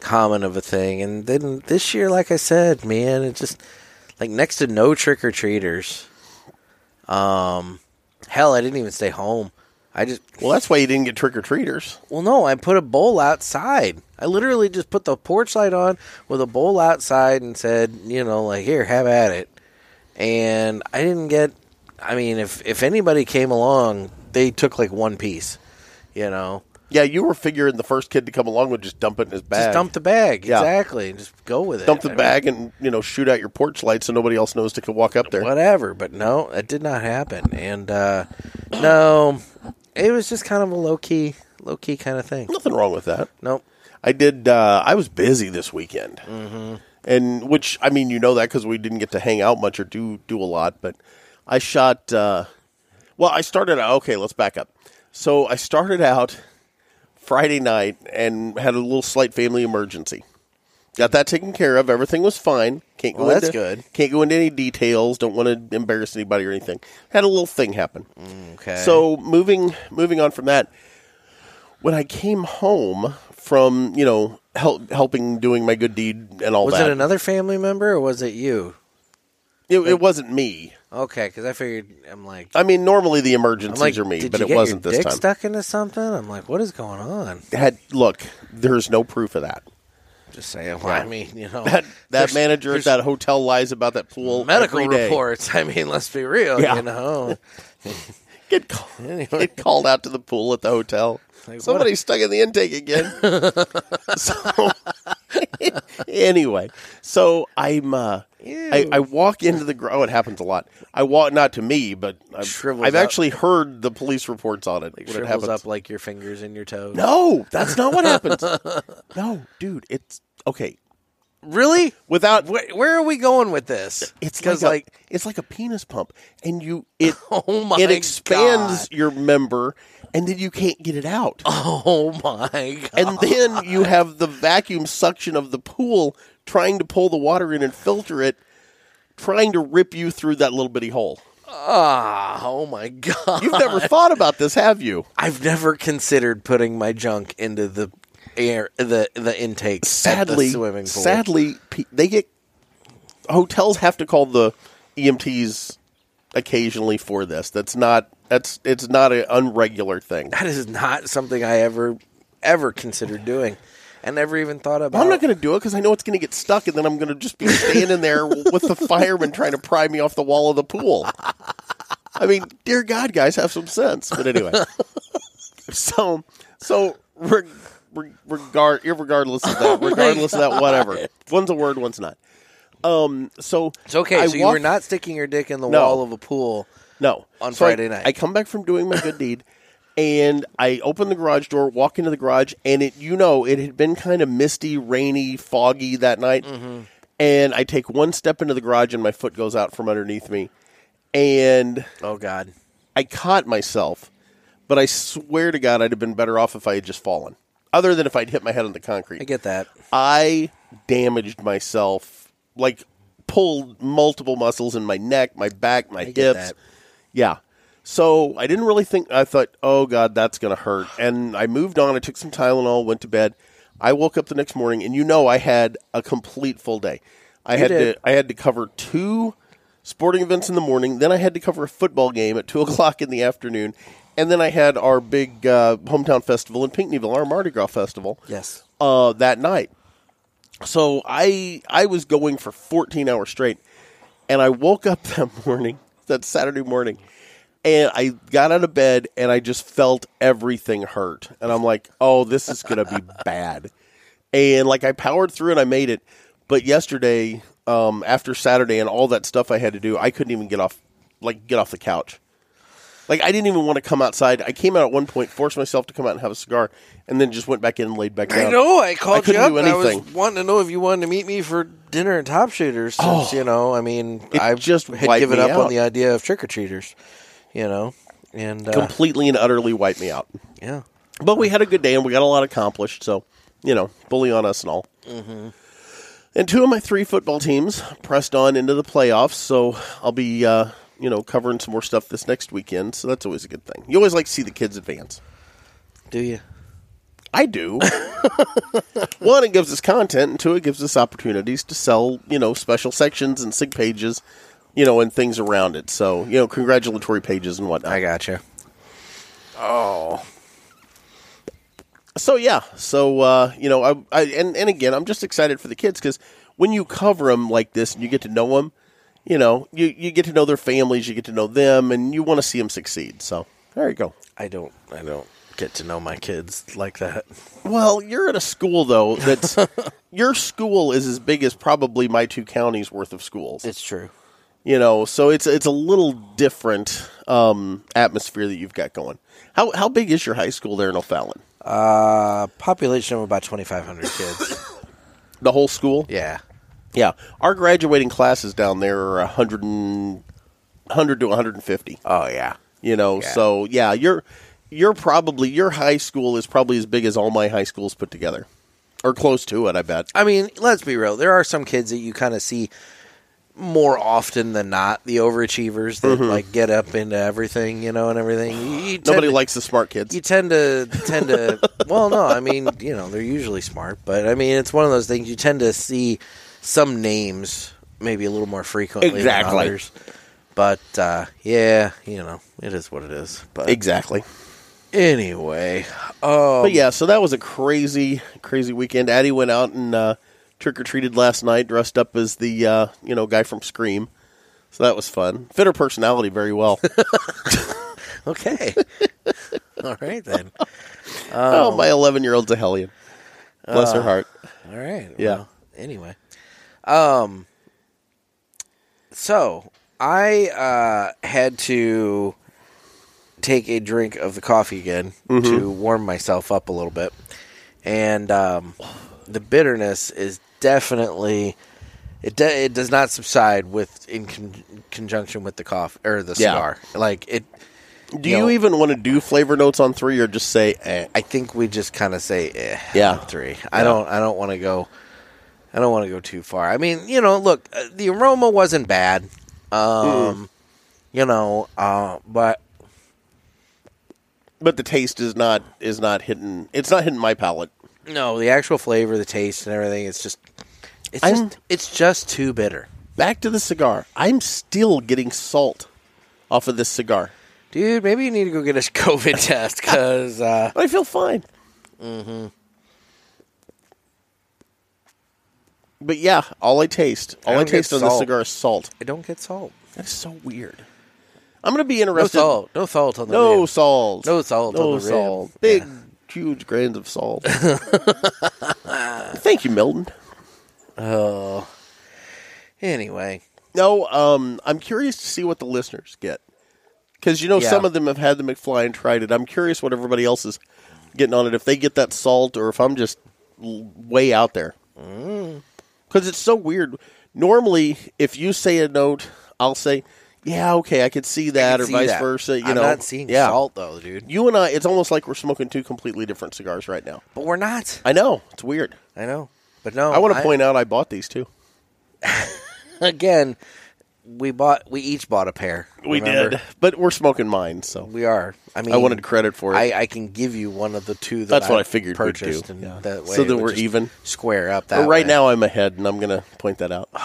[SPEAKER 2] common of a thing. And then this year, like I said, man, it just like next to no trick or treaters. Um, hell, I didn't even stay home. I just
[SPEAKER 3] Well, that's why you didn't get trick or treaters.
[SPEAKER 2] well, no, I put a bowl outside. I literally just put the porch light on with a bowl outside and said, you know, like here, have at it. And I didn't get. I mean, if if anybody came along, they took like one piece, you know.
[SPEAKER 3] Yeah, you were figuring the first kid to come along would just dump it in his bag.
[SPEAKER 2] Just dump the bag.
[SPEAKER 3] Yeah.
[SPEAKER 2] Exactly. And just go with it.
[SPEAKER 3] Dump the
[SPEAKER 2] I mean,
[SPEAKER 3] bag and you know shoot out your porch light so nobody else knows to co- walk up there.
[SPEAKER 2] whatever. But no, that did not happen. And uh, no, it was just kind of a low key, low key kind of thing.
[SPEAKER 3] Nothing wrong with that.
[SPEAKER 2] Nope.
[SPEAKER 3] I did. Uh, I was busy this weekend,
[SPEAKER 2] Mm-hmm.
[SPEAKER 3] and which I mean, you know that because we didn't get to hang out much or do do a lot. But I shot. Uh, well, I started out. Okay, let's back up. So I started out Friday night and had a little slight family emergency. Got that taken care of. Everything was fine. Can't go
[SPEAKER 2] Well, that's
[SPEAKER 3] into,
[SPEAKER 2] good.
[SPEAKER 3] Can't go into any details. Don't want to embarrass anybody or anything. Had a little thing happen.
[SPEAKER 2] Okay.
[SPEAKER 3] So moving moving on from that, when I came home from you know help, helping doing my good deed and all
[SPEAKER 2] was
[SPEAKER 3] that,
[SPEAKER 2] it another family member or was it you?
[SPEAKER 3] it, it wasn't me.
[SPEAKER 2] Okay, because I figured I'm like.
[SPEAKER 3] I mean, normally the
[SPEAKER 2] I'm
[SPEAKER 3] emergencies
[SPEAKER 2] like,
[SPEAKER 3] are me,
[SPEAKER 2] did
[SPEAKER 3] but
[SPEAKER 2] you
[SPEAKER 3] it
[SPEAKER 2] get
[SPEAKER 3] wasn't
[SPEAKER 2] your
[SPEAKER 3] this
[SPEAKER 2] dick
[SPEAKER 3] time.
[SPEAKER 2] stuck into something? I'm like, what is going on?
[SPEAKER 3] Had look, there's no proof of that.
[SPEAKER 2] Just saying. Well, I mean, you know,
[SPEAKER 3] That that
[SPEAKER 2] there's-
[SPEAKER 3] manager at
[SPEAKER 2] there's
[SPEAKER 3] that hotel lies about that pool.
[SPEAKER 2] medical
[SPEAKER 3] every day.
[SPEAKER 2] reports. I mean, let's be real.
[SPEAKER 3] Yeah.
[SPEAKER 2] You know,
[SPEAKER 3] Get, call, get called out to the pool at the hotel.
[SPEAKER 2] what
[SPEAKER 3] Somebody stuck in the intake again. so anyway, so I'm. Uh, I, I walk into the gro- oh, it happens a lot. I walk not to me, but I've,
[SPEAKER 2] Shrivels
[SPEAKER 3] I've
[SPEAKER 2] up.
[SPEAKER 3] actually heard the police reports on it. when it
[SPEAKER 2] shrivels
[SPEAKER 3] happens.
[SPEAKER 2] up like your fingers and your toes.
[SPEAKER 3] No, that's not what happens. no, dude, it's okay.
[SPEAKER 2] really?
[SPEAKER 3] Without
[SPEAKER 2] Where, where are we going with this?
[SPEAKER 3] It's like,
[SPEAKER 2] 'Cause,
[SPEAKER 3] a, it's like a penis pump, and you it
[SPEAKER 2] Oh my
[SPEAKER 3] it expands
[SPEAKER 2] God.
[SPEAKER 3] your member, and then you can't get it out,
[SPEAKER 2] oh my god,
[SPEAKER 3] and then you have the vacuum suction of the pool trying to pull the water in and filter it, trying to rip you through that little bitty hole.
[SPEAKER 2] ah, oh my god.
[SPEAKER 3] You've never thought about this, have you?
[SPEAKER 2] I've never considered putting my junk into the air, the the intake. at
[SPEAKER 3] Sadly,
[SPEAKER 2] the swimming pool.
[SPEAKER 3] sadly, pe- they get hotels have to call the EMTs occasionally for this. That's not that's it's not an unregular thing.
[SPEAKER 2] that is not something I ever ever considered doing. I never even thought about.
[SPEAKER 3] I'm not going to do it because I know it's going to get stuck, and then I'm going to just be standing there with the fireman trying to pry me off the wall of the pool. I mean, dear God, guys, have some sense. But anyway, so so reg, reg, regard irregardless of that, regardless of that, whatever. One's a word, one's not. Um. So
[SPEAKER 2] It's okay.
[SPEAKER 3] I
[SPEAKER 2] so you
[SPEAKER 3] walk-
[SPEAKER 2] were not sticking your dick in the
[SPEAKER 3] No.
[SPEAKER 2] wall of a pool.
[SPEAKER 3] no
[SPEAKER 2] on
[SPEAKER 3] So I-
[SPEAKER 2] Friday night.
[SPEAKER 3] I come back from doing my good deed. And I open the garage door, walk into the garage, and it you know it had been kind of misty, rainy, foggy that night.
[SPEAKER 2] Mm-hmm.
[SPEAKER 3] And I take one step into the garage, and my foot goes out from underneath me, and
[SPEAKER 2] Oh God.
[SPEAKER 3] I caught myself. But I swear to God, I'd have been better off if I had just fallen. Other than if I'd hit my head on the concrete,
[SPEAKER 2] I get that.
[SPEAKER 3] I damaged myself, like pulled multiple muscles in my neck, my back, my
[SPEAKER 2] get
[SPEAKER 3] hips.
[SPEAKER 2] that.
[SPEAKER 3] Yeah. So I didn't really think. I thought, oh god, that's gonna hurt, and I moved on. I took some Tylenol, went to bed. I woke up the next morning, and you know, I had a complete full day. I had
[SPEAKER 2] did.
[SPEAKER 3] to. I had to cover two sporting events in the morning. Then I had to cover a football game at two o'clock in the afternoon, and then I had our big uh, hometown festival in Pinckneyville, our Mardi Gras festival
[SPEAKER 2] Yes.
[SPEAKER 3] uh, that night. So I I was going for 14 hours straight, and I woke up that morning, that Saturday morning, and I got out of bed and I just felt everything hurt, and I'm like, oh, this is gonna be bad, and like I powered through and I made it, but yesterday, um, after Saturday and all that stuff I had to do, I couldn't even get off, like get off the couch. Like I didn't even want to come outside. I came out at one point, forced myself to come out and have a cigar, and then just went back in and laid back down.
[SPEAKER 2] I know. I called you
[SPEAKER 3] couldn't
[SPEAKER 2] up.
[SPEAKER 3] do
[SPEAKER 2] and I was
[SPEAKER 3] anything.
[SPEAKER 2] wanting to know if you wanted to meet me for dinner at Top Shooters. Since, you know, I mean, I
[SPEAKER 3] Oh. just
[SPEAKER 2] had
[SPEAKER 3] wiped
[SPEAKER 2] given
[SPEAKER 3] me
[SPEAKER 2] up on
[SPEAKER 3] out.
[SPEAKER 2] the idea of trick or treaters. You know, and uh,
[SPEAKER 3] completely and utterly wiped me out.
[SPEAKER 2] yeah,
[SPEAKER 3] But we had a good day and we got a lot accomplished. So, you know, bully on us and all.
[SPEAKER 2] Mm-hmm.
[SPEAKER 3] And two of my three football teams pressed on into the playoffs. So I'll be, uh, you know, covering some more stuff this next weekend. So that's always a good thing. You always like to see the kids advance.
[SPEAKER 2] do you?
[SPEAKER 3] I do. One, it gives us content, and two, it gives us opportunities to sell, you know, special sections and sig pages, you know, and things around it. So, you know, congratulatory pages and whatnot.
[SPEAKER 2] I gotcha.
[SPEAKER 3] So yeah, so uh, you know, I, I and and again, I'm just excited for the kids because when you cover them like this and you get to know them, you know, you you get to know their families, you get to know them, and you want to see them succeed. So there you go.
[SPEAKER 2] I don't. I don't get to know my kids like that.
[SPEAKER 3] Well, you're at a school though that's your school is as big as probably my two counties worth of schools.
[SPEAKER 2] It's true.
[SPEAKER 3] you know, so it's it's a little different um, atmosphere that you've got going. How how big is your high school there in O'Fallon?
[SPEAKER 2] Uh, population of about 2,500 kids.
[SPEAKER 3] The whole school?
[SPEAKER 2] yeah.
[SPEAKER 3] Yeah. Our graduating classes down there are 100, and, 100 to 150.
[SPEAKER 2] Oh, yeah.
[SPEAKER 3] You know,
[SPEAKER 2] Yeah.
[SPEAKER 3] so yeah, you're you're probably your high school is probably as big as all my high schools put together. Or close to it, I bet.
[SPEAKER 2] I mean, let's be real. There are some kids that you kind of see more often than not the overachievers that like get up into everything, you know, and everything. You, you tend
[SPEAKER 3] Nobody
[SPEAKER 2] to-
[SPEAKER 3] likes the smart kids.
[SPEAKER 2] you tend to tend to well no i mean you know they're usually smart but i mean it's one of those things you tend to see some names maybe a little more frequently
[SPEAKER 3] Exactly.
[SPEAKER 2] than others but uh, yeah you know it is what it is but
[SPEAKER 3] exactly.
[SPEAKER 2] anyway oh
[SPEAKER 3] But yeah, so that was a crazy, crazy weekend. Addie went out and uh, trick or treated last night, dressed up as the uh, you know guy from Scream. So that was fun. Fit her personality very well.
[SPEAKER 2] okay all right then
[SPEAKER 3] oh, my eleven-year-old's a hellion. Bless
[SPEAKER 2] Uh,
[SPEAKER 3] her heart.
[SPEAKER 2] all right
[SPEAKER 3] Yeah.
[SPEAKER 2] well, anyway um so i uh had to take a drink of the coffee again
[SPEAKER 3] Mm-hmm.
[SPEAKER 2] to warm myself up a little bit. And um, the bitterness is definitely it. De- it does not subside with in con- conjunction with the coffee or the
[SPEAKER 3] Yeah.
[SPEAKER 2] cigar. Like it,
[SPEAKER 3] Do
[SPEAKER 2] Yo.
[SPEAKER 3] you even want to do flavor notes on three, or just say eh?
[SPEAKER 2] I think we just kind of say eh,
[SPEAKER 3] Yeah.
[SPEAKER 2] three. I don't. I don't want to go. I don't want to go too far. I mean, you know, look, uh, the aroma wasn't bad. Um,
[SPEAKER 3] Mm.
[SPEAKER 2] you know, uh, but
[SPEAKER 3] But the taste is not is not hitting. It's not hitting my palate.
[SPEAKER 2] No, the actual flavor, the taste, and everything. It's just, it's
[SPEAKER 3] I'm-
[SPEAKER 2] just, it's just too bitter,
[SPEAKER 3] Back to the cigar. I'm still getting salt off of this cigar.
[SPEAKER 2] dude. Maybe you need to go get a COVID test because uh,
[SPEAKER 3] I feel fine. Mm-hmm. But yeah, all I taste, all I,
[SPEAKER 2] don't get
[SPEAKER 3] taste on this
[SPEAKER 2] salt.
[SPEAKER 3] cigar is salt.
[SPEAKER 2] I don't get salt.
[SPEAKER 3] That's so weird. I'm gonna be
[SPEAKER 2] No
[SPEAKER 3] interested.
[SPEAKER 2] salt. No salt on the
[SPEAKER 3] No
[SPEAKER 2] rim.
[SPEAKER 3] salt.
[SPEAKER 2] No salt
[SPEAKER 3] No
[SPEAKER 2] on the rim.
[SPEAKER 3] salt.
[SPEAKER 2] Yeah.
[SPEAKER 3] Big, huge grains of salt. Thank you, Milton.
[SPEAKER 2] Anyway,
[SPEAKER 3] No, um, I'm curious to see what the listeners get because you know
[SPEAKER 2] Yeah.
[SPEAKER 3] some of them have had the McFly and tried it. I'm curious what everybody else is getting on it. If they get that salt, or if I'm just l- way out there,
[SPEAKER 2] Mm.
[SPEAKER 3] because it's so weird. Normally, if you say a note, I'll say, "Yeah, okay, I could see that," or
[SPEAKER 2] See
[SPEAKER 3] vice
[SPEAKER 2] that.
[SPEAKER 3] versa. You
[SPEAKER 2] I'm
[SPEAKER 3] know,
[SPEAKER 2] not seeing
[SPEAKER 3] yeah.
[SPEAKER 2] salt though, dude.
[SPEAKER 3] You and I, it's almost like we're smoking two completely different cigars right now.
[SPEAKER 2] But we're not.
[SPEAKER 3] I know it's weird.
[SPEAKER 2] I know, but no.
[SPEAKER 3] I want to point out I bought these too.
[SPEAKER 2] again. We bought. We each bought a pair. remember?
[SPEAKER 3] but we're smoking mine, so
[SPEAKER 2] We are. I mean,
[SPEAKER 3] I wanted credit for it.
[SPEAKER 2] I, I can give you one of the two. That
[SPEAKER 3] That's what I figured we'd
[SPEAKER 2] Purchased,
[SPEAKER 3] do.
[SPEAKER 2] and
[SPEAKER 3] Yeah.
[SPEAKER 2] that way
[SPEAKER 3] So
[SPEAKER 2] it
[SPEAKER 3] that
[SPEAKER 2] would
[SPEAKER 3] we're
[SPEAKER 2] just
[SPEAKER 3] even.
[SPEAKER 2] Square up that.
[SPEAKER 3] But right
[SPEAKER 2] way. Oh,
[SPEAKER 3] now I'm ahead, and I'm going to point that out.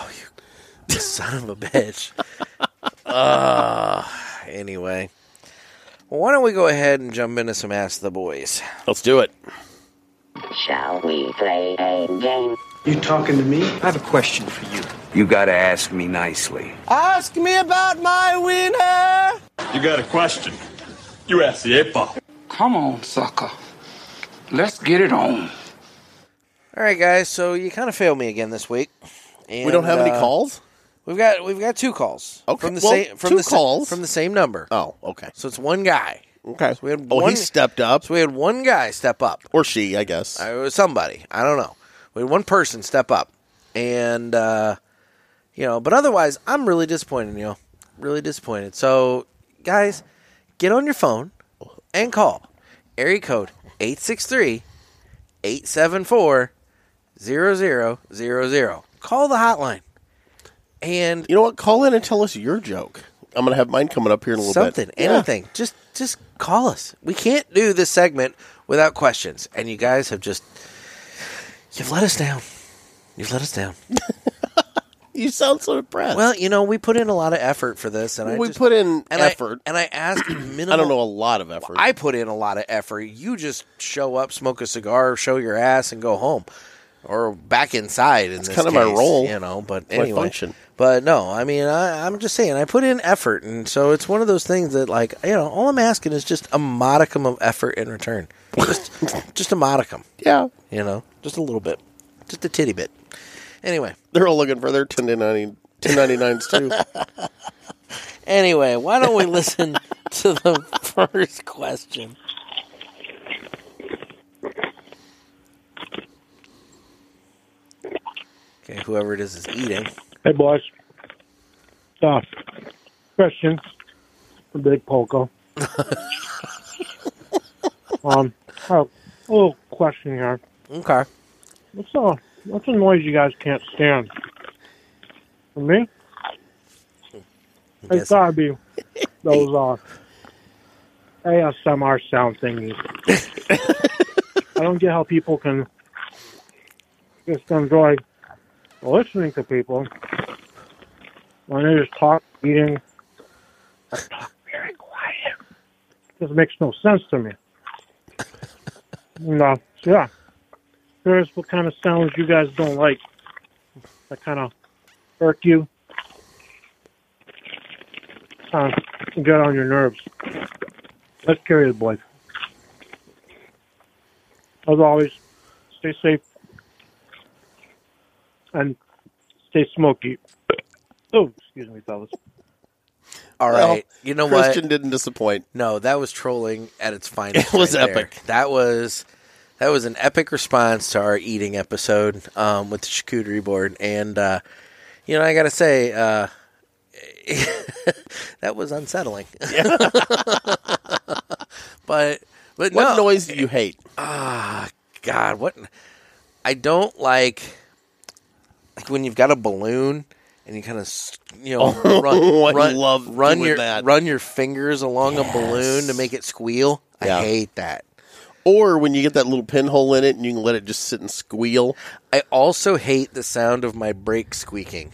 [SPEAKER 2] son of a bitch. Ah, anyway, well, why don't we go ahead and jump into some Ask the Boys?
[SPEAKER 3] Let's do it.
[SPEAKER 5] Shall we play a game?
[SPEAKER 6] You talking to me? I have a question for you.
[SPEAKER 7] You gotta ask me nicely.
[SPEAKER 2] Ask me about my winner.
[SPEAKER 8] You got a question? You ask the eight ball.
[SPEAKER 9] Come on, sucker. Let's get it on.
[SPEAKER 2] All right, guys. So you kind of failed me again this week.
[SPEAKER 3] We don't have
[SPEAKER 2] And,
[SPEAKER 3] any
[SPEAKER 2] uh,
[SPEAKER 3] calls.
[SPEAKER 2] We've got we've got two calls.
[SPEAKER 3] Okay,
[SPEAKER 2] From the
[SPEAKER 3] well,
[SPEAKER 2] same from
[SPEAKER 3] two
[SPEAKER 2] the sa-
[SPEAKER 3] calls.
[SPEAKER 2] from the same number.
[SPEAKER 3] Oh, okay,
[SPEAKER 2] So it's one guy.
[SPEAKER 3] okay.
[SPEAKER 2] we had
[SPEAKER 3] oh,
[SPEAKER 2] one-
[SPEAKER 3] he stepped up,
[SPEAKER 2] So we had one guy step up.
[SPEAKER 3] or she, I guess.
[SPEAKER 2] Uh, it was somebody. I don't know. We had one person step up, and uh, you know. But otherwise, I'm really disappointed. in You really disappointed. So, guys, get on your phone and call area code 863-874-0000. Call the hotline, and
[SPEAKER 3] you know what? Call in and tell us your joke. I'm going to have mine coming up here in a little
[SPEAKER 2] something,
[SPEAKER 3] bit. Yeah.
[SPEAKER 2] anything. Just just call us. We can't do this segment without questions. And you guys have just you've let us down. You've let us down.
[SPEAKER 3] You sound so impressed.
[SPEAKER 2] Well, you know, we put in a lot of effort for this, and I
[SPEAKER 3] we
[SPEAKER 2] just-
[SPEAKER 3] put in
[SPEAKER 2] and
[SPEAKER 3] effort.
[SPEAKER 2] I, and I asked minimal.
[SPEAKER 3] I don't know a lot of effort.
[SPEAKER 2] I put in a lot of effort. You just show up, smoke a cigar, show your ass, and go home. or back inside. In this
[SPEAKER 3] kinda my
[SPEAKER 2] case,
[SPEAKER 3] role.
[SPEAKER 2] you know. But
[SPEAKER 3] my
[SPEAKER 2] anyway,
[SPEAKER 3] function.
[SPEAKER 2] but no, I mean, I, I'm just saying, I put in effort, and so it's one of those things that, like, you know, all I'm asking is just a modicum of effort in return, just, just a modicum,
[SPEAKER 3] Yeah.
[SPEAKER 2] you know, just a little bit, just a titty bit. Anyway,
[SPEAKER 3] They're all looking for their 1099 1099s too.
[SPEAKER 2] anyway, why don't we listen to the first question? Okay, whoever it is is eating.
[SPEAKER 10] Hey, boys. Uh, question for Big Polko. um, oh, a little question here.
[SPEAKER 2] Okay.
[SPEAKER 10] What's uh, what's a noise you guys can't stand? For me,
[SPEAKER 2] Yes.
[SPEAKER 10] it's gotta be those uh, ASMR sound thingies. I don't get how people can just enjoy listening to people when they just talk, eating, or talk very quiet. Just makes no sense to me. And, uh, so, yeah, curious what kind of sounds you guys don't like. That kind of irk you. Uh, get on your nerves. Let's carry the boys. As always, stay safe and stay smoky. Oh, excuse me, fellas.
[SPEAKER 2] All right.
[SPEAKER 3] Well,
[SPEAKER 2] you know
[SPEAKER 3] Christian
[SPEAKER 2] what?
[SPEAKER 3] didn't disappoint.
[SPEAKER 2] No, that was trolling at its finest.
[SPEAKER 3] It was
[SPEAKER 2] right there.
[SPEAKER 3] epic.
[SPEAKER 2] That was that was an epic response to our eating episode um, with the charcuterie board, and uh, you know I gotta say uh, that was unsettling. but but
[SPEAKER 3] What
[SPEAKER 2] no,
[SPEAKER 3] noise do you hate?
[SPEAKER 2] God, what I don't like like when you've got a balloon and you kind of you know
[SPEAKER 3] I
[SPEAKER 2] run run,
[SPEAKER 3] love
[SPEAKER 2] run
[SPEAKER 3] doing
[SPEAKER 2] your
[SPEAKER 3] that.
[SPEAKER 2] run your fingers along a balloon to
[SPEAKER 3] Yes.
[SPEAKER 2] make it squeal.
[SPEAKER 3] Yeah.
[SPEAKER 2] I hate that.
[SPEAKER 3] Or when you get that little pinhole in it and you can let it just sit and squeal.
[SPEAKER 2] I also hate the sound of my brake squeaking.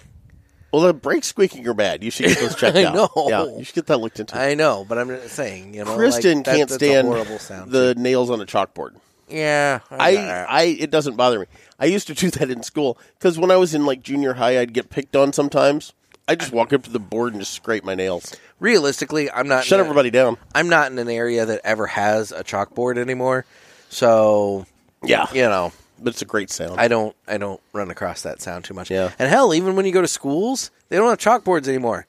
[SPEAKER 3] Well, the brakes squeaking are bad. You should get those checked
[SPEAKER 2] I
[SPEAKER 3] out.
[SPEAKER 2] know.
[SPEAKER 3] Yeah, you should get that looked into.
[SPEAKER 2] I know, but I'm just saying, you know, like,
[SPEAKER 3] Kristen
[SPEAKER 2] that-
[SPEAKER 3] can't
[SPEAKER 2] that's a
[SPEAKER 3] stand
[SPEAKER 2] horrible sound.
[SPEAKER 3] the nails on a chalkboard.
[SPEAKER 2] yeah,
[SPEAKER 3] I,
[SPEAKER 2] I,
[SPEAKER 3] I, it doesn't bother me. I used to do that in school because when I was in like junior high, I'd get picked on sometimes. I just walk up to the board and just scrape my nails.
[SPEAKER 2] realistically, I'm not
[SPEAKER 3] Shut
[SPEAKER 2] in a-
[SPEAKER 3] everybody down.
[SPEAKER 2] I'm not in an area that ever has a chalkboard anymore, so
[SPEAKER 3] Yeah,
[SPEAKER 2] you know,
[SPEAKER 3] But it's a great sound.
[SPEAKER 2] I don't I don't run across that sound too much.
[SPEAKER 3] Yeah.
[SPEAKER 2] And hell, even when you go to schools, they don't have chalkboards anymore.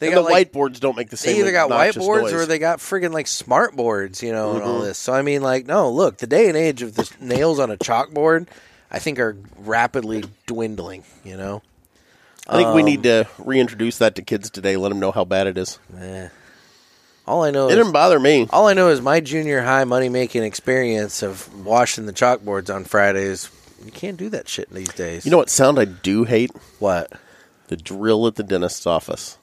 [SPEAKER 2] They
[SPEAKER 3] and
[SPEAKER 2] got
[SPEAKER 3] the
[SPEAKER 2] like,
[SPEAKER 3] whiteboards don't make the same.
[SPEAKER 2] they either got
[SPEAKER 3] obnoxious
[SPEAKER 2] whiteboards
[SPEAKER 3] noise. Mm-hmm.
[SPEAKER 2] or they got friggin' like smart boards, you know, and all this. So I mean, like, no, look, the day and age of the nails on a chalkboard, I think are rapidly dwindling. You know,
[SPEAKER 3] I think
[SPEAKER 2] um,
[SPEAKER 3] we need to reintroduce that to kids today. Let them know how bad it is.
[SPEAKER 2] Eh. all I know
[SPEAKER 3] It
[SPEAKER 2] is
[SPEAKER 3] didn't bother me.
[SPEAKER 2] all I know is my junior high money making experience of washing the chalkboards on Fridays. You can't do that shit these days.
[SPEAKER 3] You know what sound I do hate?
[SPEAKER 2] what?
[SPEAKER 3] The drill at the dentist's office.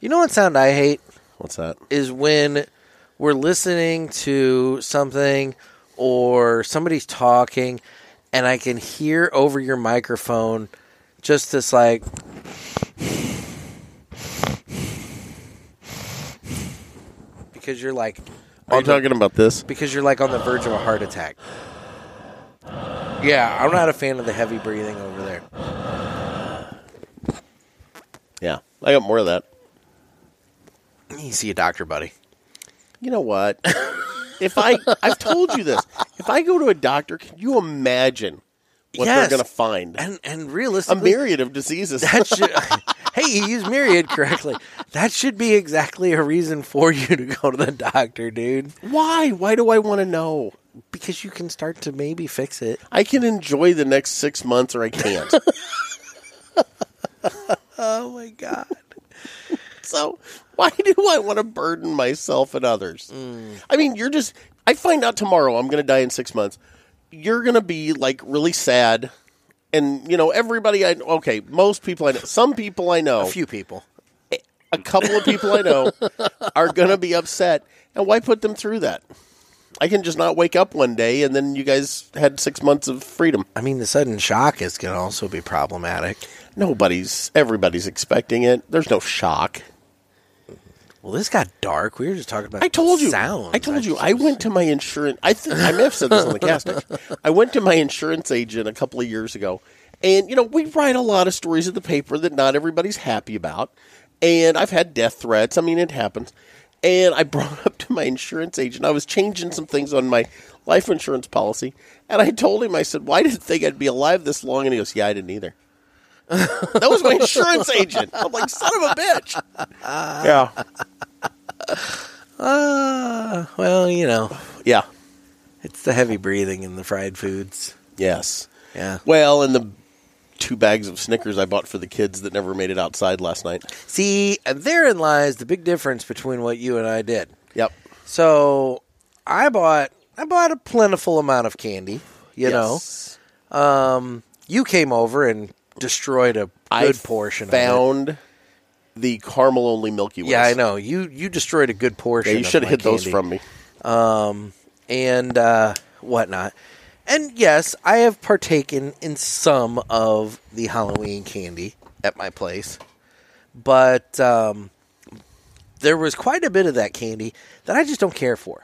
[SPEAKER 2] You know what sound I hate?
[SPEAKER 3] What's that?
[SPEAKER 2] is when we're listening to something or somebody's talking and I can hear over your microphone just this like because you're like
[SPEAKER 3] Are you talking about this?
[SPEAKER 2] because you're like on the verge of a heart attack. Yeah, I'm not a fan of the heavy breathing over there.
[SPEAKER 3] Yeah, I got more of that.
[SPEAKER 2] You need to see a doctor, buddy.
[SPEAKER 3] You know what? if I I've told you this. If I go to a doctor, can you imagine what
[SPEAKER 2] Yes.
[SPEAKER 3] they're going to find?
[SPEAKER 2] And and
[SPEAKER 3] a
[SPEAKER 2] realistically,
[SPEAKER 3] myriad of diseases.
[SPEAKER 2] That should. hey, you used myriad correctly. That should be exactly a reason for you to go to the doctor, dude.
[SPEAKER 3] Why? Why do I want to know?
[SPEAKER 2] Because you can start to maybe fix it.
[SPEAKER 3] I can enjoy the next six months, or I can't.
[SPEAKER 2] Oh my god.
[SPEAKER 3] so why do I want to burden myself and others?
[SPEAKER 2] Mm.
[SPEAKER 3] I mean, you're just. I find out tomorrow I'm going to die in six months. You're going to be like really sad, and you know everybody. I okay, most people I know, some people I know,
[SPEAKER 2] A few people.
[SPEAKER 3] a couple of people I know are going to be upset. And why put them through that? I can just not wake up one day and then you guys had six months of freedom.
[SPEAKER 2] I mean, the sudden shock is going to also be problematic.
[SPEAKER 3] Nobody's, everybody's expecting it. There's no shock.
[SPEAKER 2] Well, this got dark. We were just talking about.
[SPEAKER 3] I told you.
[SPEAKER 2] Sound.
[SPEAKER 3] I told you. I went to my insurance. I think I may have said this on the cast. actually. I went to my insurance agent a couple of years ago, and you know we write a lot of stories in the paper that not everybody's happy about, and I've had death threats. I mean, it happens. And I brought up to my insurance agent. I was changing some things on my life insurance policy, and I told him. I said, "Why didn't think I'd be alive this long?" And he goes, "Yeah, I didn't either." that was my insurance agent. I'm like, son of a bitch. Yeah,
[SPEAKER 2] Uh, well, you know,
[SPEAKER 3] yeah,
[SPEAKER 2] it's the heavy breathing and the fried foods.
[SPEAKER 3] yes.
[SPEAKER 2] Yeah.
[SPEAKER 3] Well, and the two bags of Snickers I bought for the kids that never made it outside last night.
[SPEAKER 2] See, and therein lies the big difference between what you and I did.
[SPEAKER 3] Yep.
[SPEAKER 2] So, I bought I bought a plentiful amount of candy. You know, Um, you came over and destroyed a good
[SPEAKER 3] I
[SPEAKER 2] portion. of it.
[SPEAKER 3] found the caramel only Milky Ways.
[SPEAKER 2] Yeah, I know you. You destroyed a good portion.
[SPEAKER 3] Yeah, you
[SPEAKER 2] of
[SPEAKER 3] should
[SPEAKER 2] my
[SPEAKER 3] have hid those
[SPEAKER 2] candy.
[SPEAKER 3] from me.
[SPEAKER 2] and uh, whatnot. And yes, I have partaken in some of the Halloween candy at my place, but um, there was quite a bit of that candy that I just don't care for.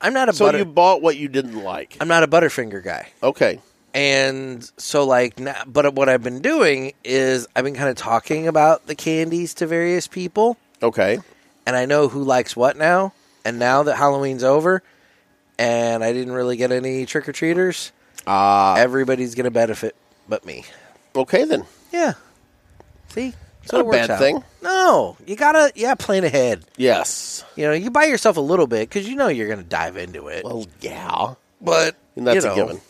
[SPEAKER 2] I'm not a
[SPEAKER 3] So
[SPEAKER 2] butter.
[SPEAKER 3] you bought what you didn't like.
[SPEAKER 2] I'm not a Butterfinger guy,
[SPEAKER 3] Okay.
[SPEAKER 2] and so like, now, but what I've been doing is I've been kind of talking about the candies to various people,
[SPEAKER 3] Okay.
[SPEAKER 2] and I know who likes what now. And now that Halloween's over, and I didn't really get any trick or treaters,
[SPEAKER 3] Ah.
[SPEAKER 2] uh, everybody's going to benefit but me.
[SPEAKER 3] Okay then.
[SPEAKER 2] Yeah. See,
[SPEAKER 3] Not a bad thing.
[SPEAKER 2] No, you gotta yeah plan ahead.
[SPEAKER 3] Yes.
[SPEAKER 2] You know, you buy yourself a little bit because you know you're going to dive into it.
[SPEAKER 3] Well, yeah.
[SPEAKER 2] but
[SPEAKER 3] And that's
[SPEAKER 2] you know,
[SPEAKER 3] a given.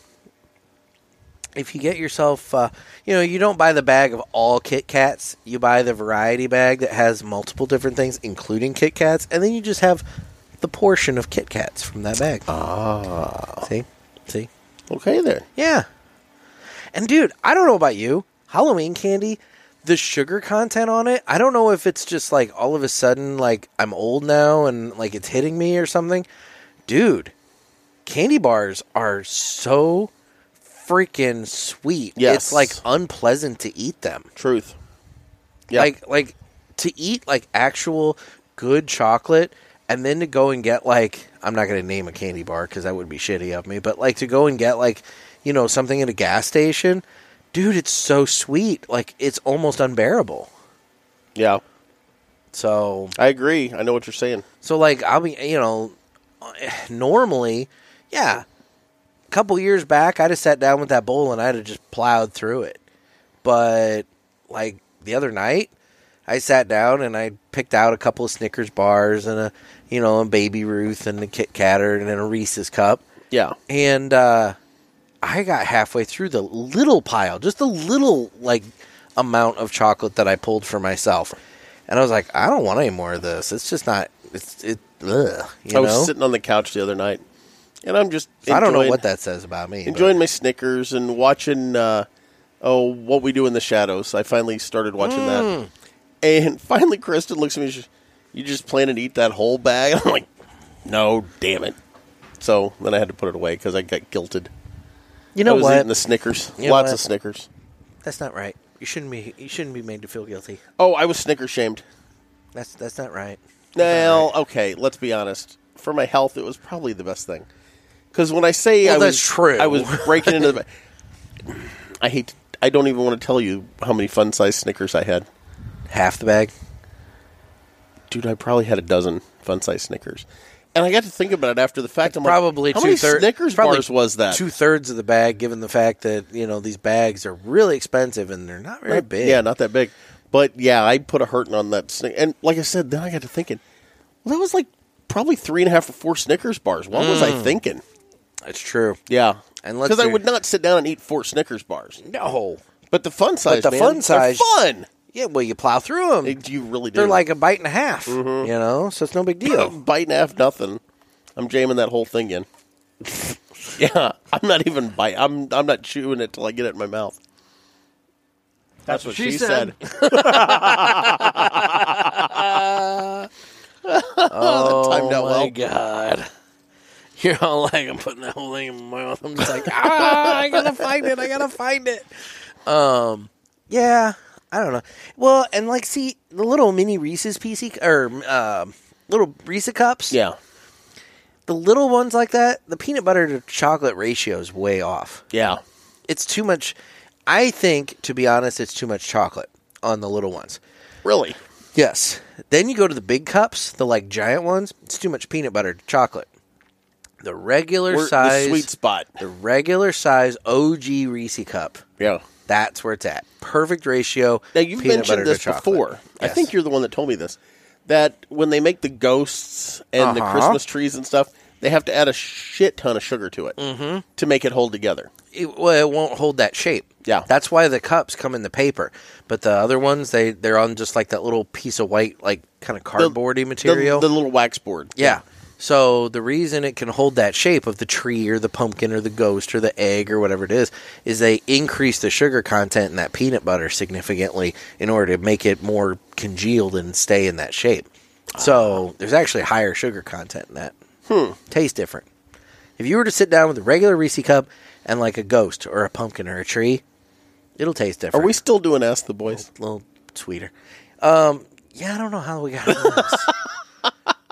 [SPEAKER 2] If you get yourself, uh, you know, you don't buy the bag of all Kit Kats. You buy the variety bag that has multiple different things, including Kit Kats, and then you just have the portion of Kit Kats from that bag. Ah, see, see,
[SPEAKER 3] Okay there.
[SPEAKER 2] yeah. And dude, I don't know about you, Halloween candy, the sugar content on it. I don't know if it's just like all of a sudden, like I'm old now and like it's hitting me or something. Dude, candy bars are so freaking sweet. It's
[SPEAKER 3] Yes.
[SPEAKER 2] like unpleasant to eat them.
[SPEAKER 3] Truth. Yeah.
[SPEAKER 2] Like like to eat like actual good chocolate and then to go and get like I'm not going to name a candy bar cuz that would be shitty of me, but like to go and get like you know something at a gas station, dude, it's so sweet. Like it's almost unbearable.
[SPEAKER 3] yeah.
[SPEAKER 2] So
[SPEAKER 3] I agree. I know what you're saying.
[SPEAKER 2] So like I'll be you know normally, yeah. A couple years back I'd have sat down with that bowl and I'd have just plowed through it. But like the other night, I sat down and I picked out a couple of Snickers bars and a you know, a baby Ruth and a Kit Katter and then a Reese's cup.
[SPEAKER 3] Yeah.
[SPEAKER 2] And uh I got halfway through the little pile, just a little like amount of chocolate that I pulled for myself, and I was like, I don't want any more of this. It's just not. It's it. Ugh, you
[SPEAKER 3] I was
[SPEAKER 2] know.
[SPEAKER 3] sitting on the couch the other night, and I'm just.
[SPEAKER 2] So I don't know
[SPEAKER 3] enjoying-
[SPEAKER 2] what that says about me. but-
[SPEAKER 3] enjoying my Snickers and watching uh, oh what we do in the shadows. I finally started watching
[SPEAKER 2] Mm.
[SPEAKER 3] that, and finally Kristen looks at me. She's, you just plan to eat that whole bag? I'm like, no, damn it. So then I had to put it away because I got guilted.
[SPEAKER 2] you
[SPEAKER 3] I
[SPEAKER 2] know
[SPEAKER 3] was
[SPEAKER 2] what?
[SPEAKER 3] eating the Snickers,
[SPEAKER 2] You know
[SPEAKER 3] lots
[SPEAKER 2] what?
[SPEAKER 3] of Snickers.
[SPEAKER 2] that's not right. You shouldn't be. You shouldn't be made to feel guilty.
[SPEAKER 3] Oh, I was Snicker shamed.
[SPEAKER 2] That's that's not right.
[SPEAKER 3] Well, okay, let's be honest. For my health, it was probably the best thing. Because when I say
[SPEAKER 2] Well,
[SPEAKER 3] I
[SPEAKER 2] that's
[SPEAKER 3] was,
[SPEAKER 2] true.
[SPEAKER 3] I was breaking into the. I hate. I don't even want to tell you how many fun size Snickers I had.
[SPEAKER 2] Half the bag.
[SPEAKER 3] dude, I probably had a dozen fun size Snickers. And I got to think about it after the fact. I'm
[SPEAKER 2] Probably
[SPEAKER 3] like, how
[SPEAKER 2] two
[SPEAKER 3] many
[SPEAKER 2] thirds.
[SPEAKER 3] Snickers bars was that?
[SPEAKER 2] Two thirds of the bag, given the fact that you know these bags are really expensive and they're not very
[SPEAKER 3] Not-
[SPEAKER 2] big.
[SPEAKER 3] Yeah, not that big. But yeah, I put a hurting on that Snick. And like I said, then I got to thinking, well, that was like probably three and a half or four Snickers bars. What was I
[SPEAKER 2] Mm.
[SPEAKER 3] thinking?
[SPEAKER 2] that's true.
[SPEAKER 3] Yeah,
[SPEAKER 2] And let's
[SPEAKER 3] because I
[SPEAKER 2] do-
[SPEAKER 3] would not sit down and eat four Snickers bars.
[SPEAKER 2] No.
[SPEAKER 3] But the fun size,
[SPEAKER 2] the
[SPEAKER 3] man,
[SPEAKER 2] fun
[SPEAKER 3] they're
[SPEAKER 2] size-
[SPEAKER 3] fun.
[SPEAKER 2] Yeah, well, you plow through them.
[SPEAKER 3] They- You really do.
[SPEAKER 2] They're like a bite and a half, you know, so it's no big deal.
[SPEAKER 3] biting half nothing. I'm jamming that whole thing in. yeah, I'm not even bite. I'm I'm not chewing it till I get it in my mouth. That's, what she, said.
[SPEAKER 2] oh
[SPEAKER 3] timed out well.
[SPEAKER 2] god! You're all like, I'm putting that whole thing in my mouth. I'm just like, ah, I gotta find it. I gotta find it. Um, yeah, I don't know. Well, and like, see the little mini Reese's PC or um little Reese cups.
[SPEAKER 3] Yeah.
[SPEAKER 2] the little ones like that. The peanut butter to chocolate ratio is way off.
[SPEAKER 3] Yeah.
[SPEAKER 2] It's too much. I think, to be honest, it's too much chocolate on the little ones.
[SPEAKER 3] Really?
[SPEAKER 2] Yes. Then you go to the big cups, the like giant ones. It's too much peanut butter to chocolate. The regular
[SPEAKER 3] We're-
[SPEAKER 2] size,
[SPEAKER 3] The sweet spot.
[SPEAKER 2] the regular size OG Reese cup.
[SPEAKER 3] Yeah.
[SPEAKER 2] That's where it's at. Perfect ratio.
[SPEAKER 3] Now you
[SPEAKER 2] peanut butter to
[SPEAKER 3] mentioned this
[SPEAKER 2] chocolate.
[SPEAKER 3] before. I
[SPEAKER 2] Yes.
[SPEAKER 3] think you're the one that told me this. That when they make the ghosts and the
[SPEAKER 2] Uh-huh.
[SPEAKER 3] Christmas trees and stuff, they have to add a shit ton of sugar to it
[SPEAKER 2] Mm-hmm.
[SPEAKER 3] to make it hold together.
[SPEAKER 2] it, well, it won't hold that shape.
[SPEAKER 3] Yeah.
[SPEAKER 2] that's why the cups come in the paper, but the other ones they they're on just like that little piece of white, like kind of
[SPEAKER 3] The-
[SPEAKER 2] cardboardy
[SPEAKER 3] the-
[SPEAKER 2] material.
[SPEAKER 3] the, little wax board.
[SPEAKER 2] yeah. So the reason it can hold that shape of the tree or the pumpkin or the ghost or the egg or whatever it is is they increase the sugar content in that peanut butter significantly in order to make it more congealed and stay in that shape. So there's actually higher sugar content in that. Ah. Hmm. Tastes different. If you were to sit down with a regular Reese cup and like a ghost or a pumpkin or a tree, it'll taste
[SPEAKER 3] Are
[SPEAKER 2] different.
[SPEAKER 3] we still doing Ask the Boys?
[SPEAKER 2] a little sweeter? Um, yeah, I don't know how we got on this.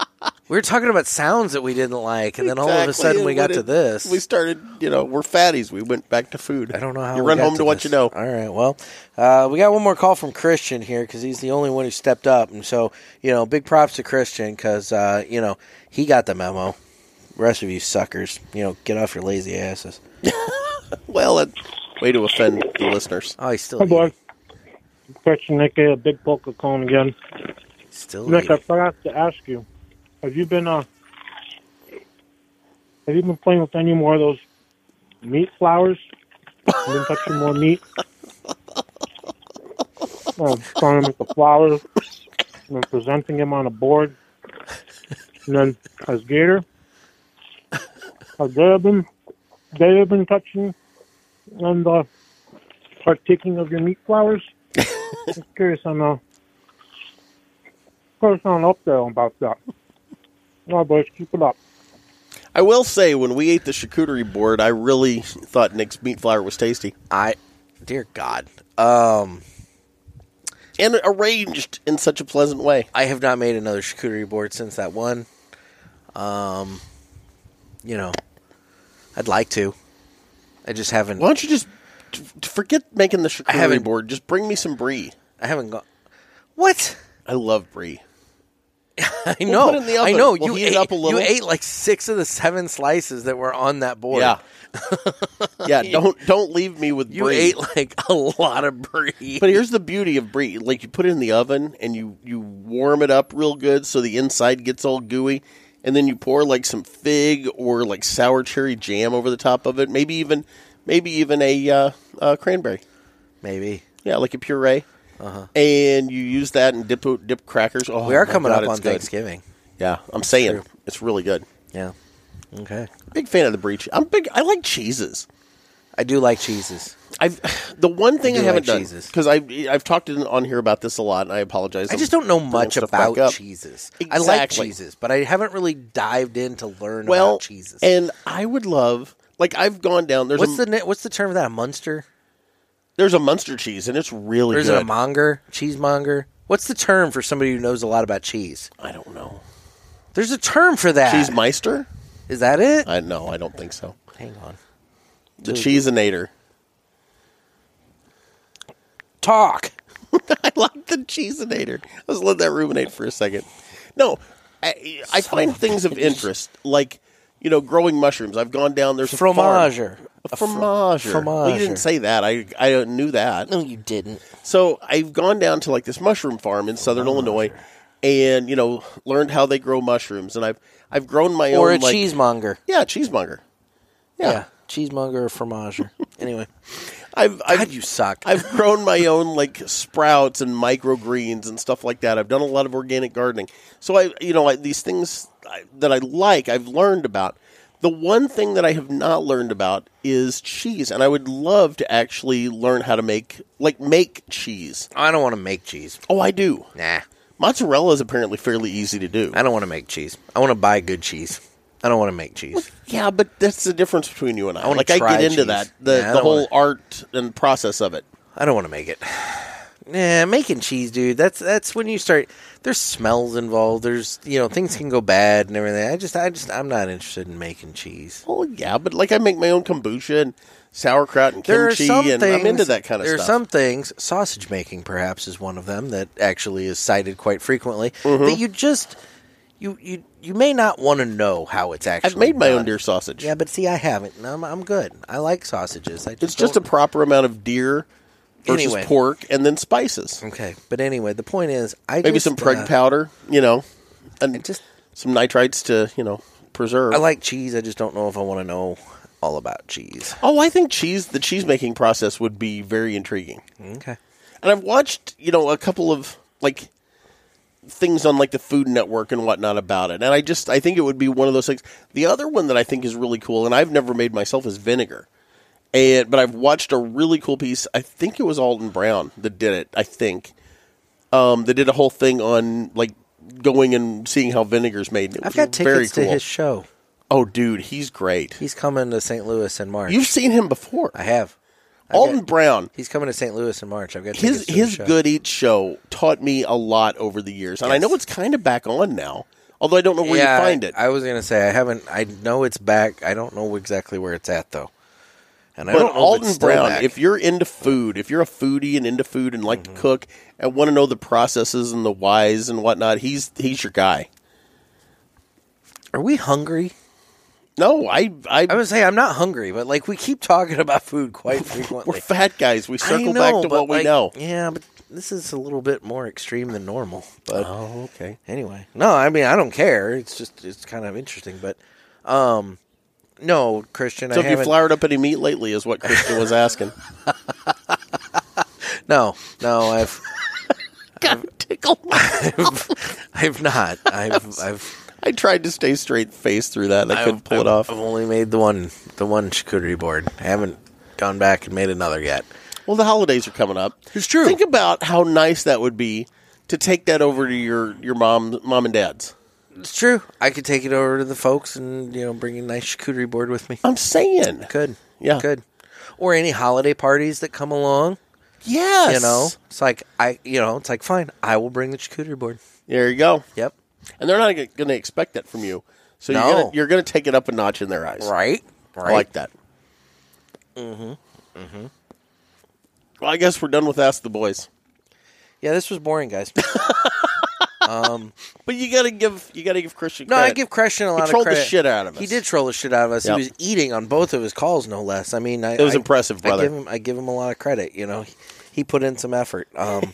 [SPEAKER 2] we were talking about sounds that we didn't like, and then all of a
[SPEAKER 3] Exactly,
[SPEAKER 2] sudden we
[SPEAKER 3] and
[SPEAKER 2] got to
[SPEAKER 3] did-
[SPEAKER 2] this.
[SPEAKER 3] We started, you know, we're fatties. We went back to food.
[SPEAKER 2] I don't know how
[SPEAKER 3] You
[SPEAKER 2] we
[SPEAKER 3] run
[SPEAKER 2] got
[SPEAKER 3] home to, what
[SPEAKER 2] this.
[SPEAKER 3] you know.
[SPEAKER 2] All right, well, uh, we got one more call from Christian here because he's the only one who stepped up, and so you know, big props to Christian because uh, you know he got the memo. rest of you suckers, you know, get off your lazy asses.
[SPEAKER 3] Well, that way to offend the listeners.
[SPEAKER 2] Oh, he's still
[SPEAKER 10] Hi, boy.
[SPEAKER 2] eating.
[SPEAKER 10] Question Nicky, a big poker cone again.
[SPEAKER 2] Still
[SPEAKER 10] Nick, I
[SPEAKER 2] eating.
[SPEAKER 10] forgot to ask you. Have you been uh have you been playing with any more of those meat flowers? You been touching more meat? Oh, trying to make the flowers and then presenting him on a board. And then as Gator. Have they been they have been touching and uh partaking of your meat flowers? Just curious on uh person up there about that. No, boys, keep it up.
[SPEAKER 3] I will say, when we ate the charcuterie board, I really thought Nick's meat flour was tasty
[SPEAKER 2] I, dear God, um,
[SPEAKER 3] and arranged in such a pleasant way.
[SPEAKER 2] I have not made another charcuterie board since that one. Um, you know, I'd like to. I just haven't.
[SPEAKER 3] Why don't you just t- t- forget making the charcuterie
[SPEAKER 2] haven't-
[SPEAKER 3] board? Just bring me some brie.
[SPEAKER 2] I haven't gone. What?
[SPEAKER 3] I love brie.
[SPEAKER 2] I know.
[SPEAKER 3] put it in the
[SPEAKER 2] I
[SPEAKER 3] oven.
[SPEAKER 2] know.
[SPEAKER 3] We'll
[SPEAKER 2] you
[SPEAKER 3] heat it
[SPEAKER 2] ate,
[SPEAKER 3] up a little.
[SPEAKER 2] You ate like six of the seven slices that were on that board.
[SPEAKER 3] Yeah, yeah. Don't don't leave me with
[SPEAKER 2] You
[SPEAKER 3] brie.
[SPEAKER 2] ate like a lot of brie.
[SPEAKER 3] but here's the beauty of brie: like you put it in the oven and you you warm it up real good, so the inside gets all gooey, and then you pour like some fig or like sour cherry jam over the top of it. Maybe even maybe even a uh, uh, cranberry.
[SPEAKER 2] Maybe.
[SPEAKER 3] Yeah, like a puree. And you use that and dip dip crackers. Oh,
[SPEAKER 2] Uh-huh. We are
[SPEAKER 3] my
[SPEAKER 2] coming up
[SPEAKER 3] God, it's
[SPEAKER 2] on
[SPEAKER 3] good.
[SPEAKER 2] Thanksgiving.
[SPEAKER 3] Yeah, I'm saying it's really good.
[SPEAKER 2] Yeah. Okay.
[SPEAKER 3] Big fan of the breach. I'm big. I like cheeses.
[SPEAKER 2] I do like cheeses.
[SPEAKER 3] I've the one thing
[SPEAKER 2] I
[SPEAKER 3] I,
[SPEAKER 2] do
[SPEAKER 3] haven't
[SPEAKER 2] like
[SPEAKER 3] done
[SPEAKER 2] cheeses.
[SPEAKER 3] because I I've talked in, on here about this a lot, and I apologize.
[SPEAKER 2] I
[SPEAKER 3] I'm
[SPEAKER 2] just don't know
[SPEAKER 3] bringing
[SPEAKER 2] much
[SPEAKER 3] stuff back
[SPEAKER 2] about
[SPEAKER 3] up.
[SPEAKER 2] cheeses. I like
[SPEAKER 3] Exactly.
[SPEAKER 2] cheeses, but I haven't really dived in to learn
[SPEAKER 3] Well,
[SPEAKER 2] about cheeses.
[SPEAKER 3] and I would love like I've gone down. There's
[SPEAKER 2] what's
[SPEAKER 3] a
[SPEAKER 2] the na- what's the term of that? A munster?
[SPEAKER 3] there's a Munster cheese, and it's really
[SPEAKER 2] Or is
[SPEAKER 3] good.
[SPEAKER 2] it a monger? Cheesemonger? What's the term for somebody who knows a lot about cheese?
[SPEAKER 3] I don't know
[SPEAKER 2] There's a term for that.
[SPEAKER 3] cheese meister.
[SPEAKER 2] Is that it?
[SPEAKER 3] I no, I don't think so.
[SPEAKER 2] Hang on.
[SPEAKER 3] The cheeseinator.
[SPEAKER 2] Talk.
[SPEAKER 3] I like the cheeseinator. Let's let that ruminate for a second. No, I, I find things of interest, like you know, growing mushrooms. I've gone down there's A farm.
[SPEAKER 2] Fromager.
[SPEAKER 3] A fromager.
[SPEAKER 2] fromager.
[SPEAKER 3] Well, you didn't say that. I I knew that.
[SPEAKER 2] No, you didn't.
[SPEAKER 3] So I've gone down to like this mushroom farm in southern Illinois, and you know, learned how they grow mushrooms, and I've I've grown my
[SPEAKER 2] Or
[SPEAKER 3] own
[SPEAKER 2] a
[SPEAKER 3] like,
[SPEAKER 2] cheesemonger.
[SPEAKER 3] Yeah, cheesemonger.
[SPEAKER 2] Yeah. Cheesemonger or fromager. anyway.
[SPEAKER 3] I've,
[SPEAKER 2] God,
[SPEAKER 3] I've
[SPEAKER 2] you suck.
[SPEAKER 3] I've grown my own like sprouts and microgreens and stuff like that. I've done a lot of organic gardening, so I, you know, I, these things I, that I like, I've learned about. The one thing that I have not learned about is cheese, and I would love to actually learn how to make like make cheese.
[SPEAKER 2] I don't want to make cheese.
[SPEAKER 3] Oh, I do.
[SPEAKER 2] Nah.
[SPEAKER 3] Mozzarella is apparently fairly easy to do.
[SPEAKER 2] I don't want to make cheese. I want to buy good cheese. I don't want to make cheese.
[SPEAKER 3] Yeah, but that's the difference between you and I.
[SPEAKER 2] wanna
[SPEAKER 3] like I
[SPEAKER 2] try
[SPEAKER 3] get into
[SPEAKER 2] cheese.
[SPEAKER 3] that
[SPEAKER 2] Nah,
[SPEAKER 3] the,
[SPEAKER 2] I
[SPEAKER 3] the
[SPEAKER 2] don't
[SPEAKER 3] whole
[SPEAKER 2] wanna-
[SPEAKER 3] art and process of it.
[SPEAKER 2] I don't want to make it. Yeah, making cheese, dude. That's that's when you start. There's smells involved. There's you know things can go bad and everything. I just I just I'm not interested in making cheese.
[SPEAKER 3] Well, yeah, but like I make my own kombucha and sauerkraut and
[SPEAKER 2] There are
[SPEAKER 3] kimchi,
[SPEAKER 2] some
[SPEAKER 3] and
[SPEAKER 2] things.
[SPEAKER 3] I'm into that kind of
[SPEAKER 2] there
[SPEAKER 3] stuff.
[SPEAKER 2] are some things. Sausage making, perhaps, is one of them that actually is cited quite frequently.
[SPEAKER 3] Mm-hmm.
[SPEAKER 2] That you just you you you may not want to know how it's actually.
[SPEAKER 3] I've made my own
[SPEAKER 2] done.
[SPEAKER 3] deer sausage.
[SPEAKER 2] Yeah, but see, I haven't. And I'm I'm good. I like sausages. I just
[SPEAKER 3] it's just a
[SPEAKER 2] don't-
[SPEAKER 3] proper amount of deer versus
[SPEAKER 2] Anyway.
[SPEAKER 3] pork, and then spices.
[SPEAKER 2] okay. But anyway, the point is, I
[SPEAKER 3] Maybe
[SPEAKER 2] just,
[SPEAKER 3] some preg
[SPEAKER 2] uh,
[SPEAKER 3] powder, you know, and
[SPEAKER 2] just-
[SPEAKER 3] just some nitrites to you know preserve.
[SPEAKER 2] I like cheese. I just don't know if I want to know all about cheese.
[SPEAKER 3] Oh, I think cheese. The cheese making process would be very intriguing.
[SPEAKER 2] Okay.
[SPEAKER 3] And I've watched, you know, a couple of like things on like the Food Network and whatnot about it. And I just I think it would be one of those things. The other one that I think is really cool, and I've never made myself, is vinegar. And but I've watched a really cool piece. I think it was Alton Brown that did it. I think um, they did a whole thing on like going and seeing how vinegar's made. and It
[SPEAKER 2] I've
[SPEAKER 3] was
[SPEAKER 2] got
[SPEAKER 3] very
[SPEAKER 2] tickets
[SPEAKER 3] cool.
[SPEAKER 2] to his show.
[SPEAKER 3] oh, dude, he's great.
[SPEAKER 2] He's coming to St. Louis in March.
[SPEAKER 3] You've seen him before,
[SPEAKER 2] I have. I've
[SPEAKER 3] Alton
[SPEAKER 2] got-
[SPEAKER 3] Brown.
[SPEAKER 2] He's coming to St. Louis in March. I've got tickets
[SPEAKER 3] his
[SPEAKER 2] to the
[SPEAKER 3] his
[SPEAKER 2] show.
[SPEAKER 3] good eats show taught me a lot over the years, and I
[SPEAKER 2] Yes.
[SPEAKER 3] know it's kind of back on now. Although I don't know where
[SPEAKER 2] yeah,
[SPEAKER 3] you find it.
[SPEAKER 2] I was gonna say I haven't. I know it's back. I don't know exactly where it's at though. And I
[SPEAKER 3] but
[SPEAKER 2] don't know if it's
[SPEAKER 3] Alton
[SPEAKER 2] still
[SPEAKER 3] Brown,
[SPEAKER 2] back. Mm-hmm.
[SPEAKER 3] if you're into food, if you're a foodie and into food and like to cook and want to know the processes and the whys and whatnot, he's he's your guy.
[SPEAKER 2] are we hungry?
[SPEAKER 3] No, I I,
[SPEAKER 2] I would say I'm not hungry, but like we keep talking about food quite frequently.
[SPEAKER 3] we're fat guys. We
[SPEAKER 2] I
[SPEAKER 3] circle
[SPEAKER 2] know,
[SPEAKER 3] back to
[SPEAKER 2] but,
[SPEAKER 3] what we
[SPEAKER 2] like,
[SPEAKER 3] know.
[SPEAKER 2] Yeah, but this is a little bit more extreme than normal. But
[SPEAKER 3] Oh, okay.
[SPEAKER 2] anyway no i mean i don't care it's just it's kind of interesting but um no christian
[SPEAKER 3] So
[SPEAKER 2] i
[SPEAKER 3] have you
[SPEAKER 2] haven't
[SPEAKER 3] floured up any meat lately? Is what Christian was asking.
[SPEAKER 2] no no i've
[SPEAKER 3] God tickle!
[SPEAKER 2] i've, I've not i've i've
[SPEAKER 3] I tried to stay straight faced through that. and I couldn't
[SPEAKER 2] I've,
[SPEAKER 3] pull it
[SPEAKER 2] I've-
[SPEAKER 3] off.
[SPEAKER 2] I've only made the one the one charcuterie board i haven't gone back and made another yet
[SPEAKER 3] Well, the holidays are coming up.
[SPEAKER 2] It's true.
[SPEAKER 3] Think about how nice that would be to take that over to your your mom mom and dad's.
[SPEAKER 2] it's true i could take it over to the folks and you know bring a nice charcuterie board with me
[SPEAKER 3] I'm saying.
[SPEAKER 2] could
[SPEAKER 3] Yeah.
[SPEAKER 2] could or any holiday parties that come along
[SPEAKER 3] Yes.
[SPEAKER 2] you know it's like i you know it's like fine i will bring the charcuterie board
[SPEAKER 3] There you go.
[SPEAKER 2] yep
[SPEAKER 3] And they're not going to expect that from you.
[SPEAKER 2] No.
[SPEAKER 3] So you're gonna, you're going to take it up a notch in their eyes.
[SPEAKER 2] right right Mm-hmm.
[SPEAKER 3] I like that. Mm-hmm. Mm-hmm. Well, I guess we're done with Ask the Boys.
[SPEAKER 2] Yeah, this was boring, guys.
[SPEAKER 3] But you got to give you got to give Christian.
[SPEAKER 2] No, I
[SPEAKER 3] credit.
[SPEAKER 2] give Christian a lot of
[SPEAKER 3] trolled
[SPEAKER 2] credit.
[SPEAKER 3] the shit out of
[SPEAKER 2] He
[SPEAKER 3] us.
[SPEAKER 2] did troll the shit out of us.
[SPEAKER 3] Yep.
[SPEAKER 2] He was eating on both of his calls, no less. I mean, I,
[SPEAKER 3] It was
[SPEAKER 2] I-
[SPEAKER 3] impressive, brother.
[SPEAKER 2] I give him, I give him a lot of credit. You know, he, he put in some effort. Um,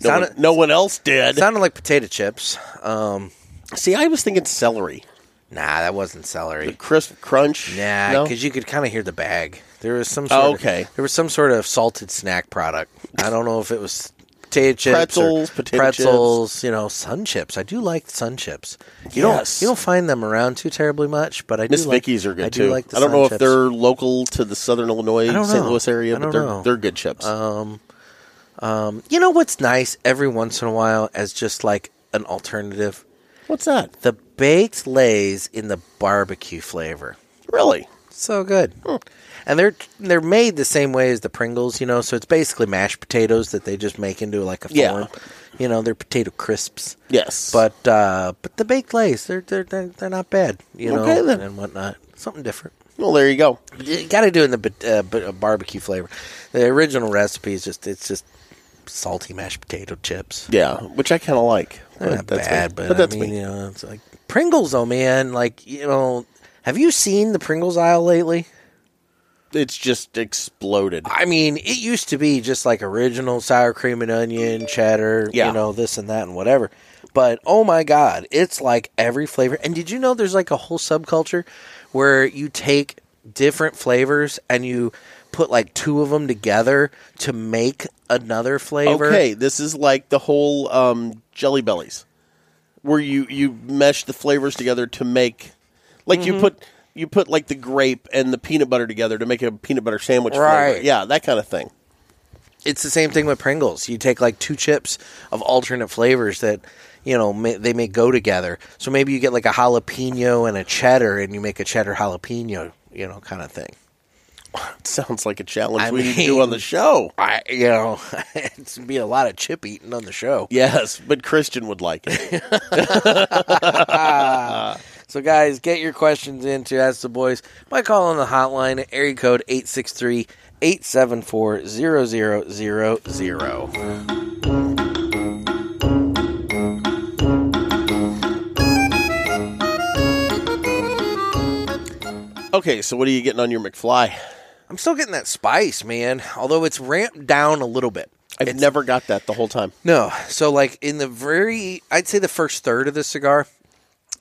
[SPEAKER 3] No, one,
[SPEAKER 2] sounded,
[SPEAKER 3] no one else did.
[SPEAKER 2] sounded like potato chips. Um,
[SPEAKER 3] See, I was thinking celery,
[SPEAKER 2] nah, that wasn't
[SPEAKER 3] the
[SPEAKER 2] celery.
[SPEAKER 3] crisp crunch.
[SPEAKER 2] Nah,
[SPEAKER 3] No?
[SPEAKER 2] because you could kind of hear the bag. There was some sort
[SPEAKER 3] Oh,
[SPEAKER 2] of-
[SPEAKER 3] okay.
[SPEAKER 2] there was some sort of salted snack product. I don't know if it was potato chips, or
[SPEAKER 3] Pretzels, potato
[SPEAKER 2] pretzels. You know, sun chips. I do like sun chips. You don't
[SPEAKER 3] Yes.
[SPEAKER 2] you don't find them around too terribly much, but I do
[SPEAKER 3] Miss
[SPEAKER 2] like,
[SPEAKER 3] Vicky's are good
[SPEAKER 2] I do
[SPEAKER 3] too.
[SPEAKER 2] Like the
[SPEAKER 3] I don't
[SPEAKER 2] sun
[SPEAKER 3] know if
[SPEAKER 2] chips.
[SPEAKER 3] they're local to the Southern Illinois,
[SPEAKER 2] I don't
[SPEAKER 3] St.
[SPEAKER 2] know.
[SPEAKER 3] Louis area,
[SPEAKER 2] I
[SPEAKER 3] but
[SPEAKER 2] don't
[SPEAKER 3] they're
[SPEAKER 2] know. Uh,
[SPEAKER 3] they're good chips.
[SPEAKER 2] You know what's nice every once in a while as just like an alternative?
[SPEAKER 3] What's that?
[SPEAKER 2] The baked lays in the barbecue flavor.
[SPEAKER 3] Really?
[SPEAKER 2] So good. Hmm. And they're they're made the same way as the Pringles, you know, so it's basically mashed potatoes that they just make into like a
[SPEAKER 3] Yeah.
[SPEAKER 2] form. You know, they're potato crisps.
[SPEAKER 3] Yes.
[SPEAKER 2] But uh but the baked lays, they're they're they're, they're not bad, you know,
[SPEAKER 3] Okay, then.
[SPEAKER 2] and whatnot. Something different.
[SPEAKER 3] well, there you go.
[SPEAKER 2] You got to do it in the b- uh, b- uh, barbecue flavor. The original recipe is just it's just salty mashed potato chips.
[SPEAKER 3] Yeah, which I kind of like.
[SPEAKER 2] They're not
[SPEAKER 3] that's
[SPEAKER 2] bad,
[SPEAKER 3] me.
[SPEAKER 2] but,
[SPEAKER 3] that's
[SPEAKER 2] I mean,
[SPEAKER 3] me.
[SPEAKER 2] you know, it's like Pringles though, man. Like you know, have you seen the Pringles aisle lately?
[SPEAKER 3] It's just exploded.
[SPEAKER 2] I mean, it used to be just like original sour cream and onion, cheddar,
[SPEAKER 3] Yeah.
[SPEAKER 2] you know, this and that and whatever. But oh my God, it's like every flavor. And did you know there's like a whole subculture where you take different flavors and you put like two of them together to make another flavor?
[SPEAKER 3] Okay, this is like the whole um, Jelly Bellies, where you you mesh the flavors together to make, like
[SPEAKER 2] Mm-hmm.
[SPEAKER 3] you put you put like the grape and the peanut butter together to make a peanut butter sandwich. Flavor.
[SPEAKER 2] Right.
[SPEAKER 3] Yeah, that kind of thing.
[SPEAKER 2] It's the same thing with Pringles. You take like two chips of alternate flavors that. You know, may, they may go together. So maybe you get like a jalapeno and a cheddar, and you make a cheddar jalapeno, you know, kind of thing.
[SPEAKER 3] Sounds like a challenge
[SPEAKER 2] I
[SPEAKER 3] we need to
[SPEAKER 2] mean-
[SPEAKER 3] do on the show.
[SPEAKER 2] I, you know, it's gonna be a lot of chip eating on the show.
[SPEAKER 3] Yes, but Christian would like it.
[SPEAKER 2] So, guys, get your questions in to Ask the Boys by calling the hotline at area code 863 874 0000.
[SPEAKER 3] okay, so what are you getting on your McFly?
[SPEAKER 2] I'm still getting that spice, man, although it's ramped down a little bit.
[SPEAKER 3] I've
[SPEAKER 2] It's-
[SPEAKER 3] never got that the whole time.
[SPEAKER 2] No. So, like, in the very, I'd say the first third of the cigar,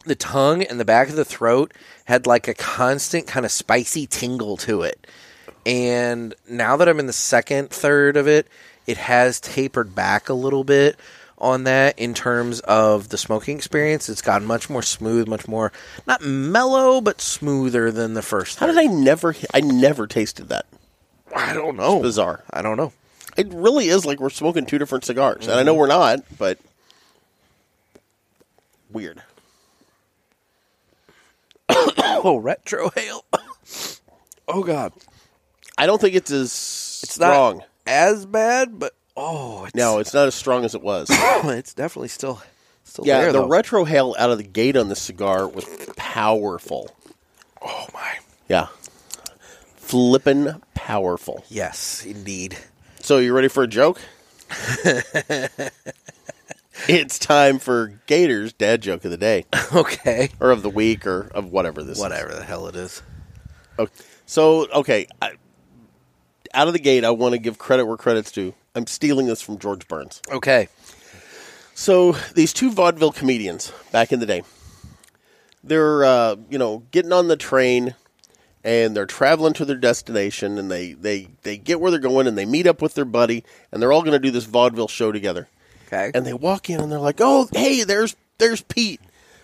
[SPEAKER 2] the tongue and the back of the throat had like a constant kind of spicy tingle to it. And now that I'm in the second third of it, it has tapered back a little bit on that in terms of the smoking experience. It's gotten much more smooth, much more, not mellow, but smoother than the first.
[SPEAKER 3] How did I never? I never tasted that.
[SPEAKER 2] I don't know.
[SPEAKER 3] Bizarre.
[SPEAKER 2] I don't know.
[SPEAKER 3] It really is like we're smoking two different cigars, and I
[SPEAKER 2] Mm-hmm.
[SPEAKER 3] know we're not, but weird.
[SPEAKER 2] Oh, retro hail. oh, God.
[SPEAKER 3] I don't think it's as strong.
[SPEAKER 2] Not as bad, but oh, it's,
[SPEAKER 3] no, it's not as strong as it was.
[SPEAKER 2] it's definitely still still
[SPEAKER 3] yeah,
[SPEAKER 2] there.
[SPEAKER 3] the
[SPEAKER 2] though.
[SPEAKER 3] retrohale out of the gate on this cigar was powerful.
[SPEAKER 2] Oh my.
[SPEAKER 3] Yeah, flippin' powerful.
[SPEAKER 2] Yes, indeed.
[SPEAKER 3] So, you ready for a joke? it's time for Gator's dad joke of the day,
[SPEAKER 2] Okay.
[SPEAKER 3] or of the week, or of whatever this. is.
[SPEAKER 2] Whatever the hell it is.
[SPEAKER 3] Okay. So, okay, I, out of the gate, I want to give credit where credit's due. I'm stealing this from George Burns.
[SPEAKER 2] Okay.
[SPEAKER 3] So these two vaudeville comedians back in the day, they're uh, you know getting on the train and they're traveling to their destination, and they they they get where they're going, and they meet up with their buddy, and they're all going to do this vaudeville show together.
[SPEAKER 2] Okay.
[SPEAKER 3] And they walk in and they're like, "Oh, hey, there's there's Pete.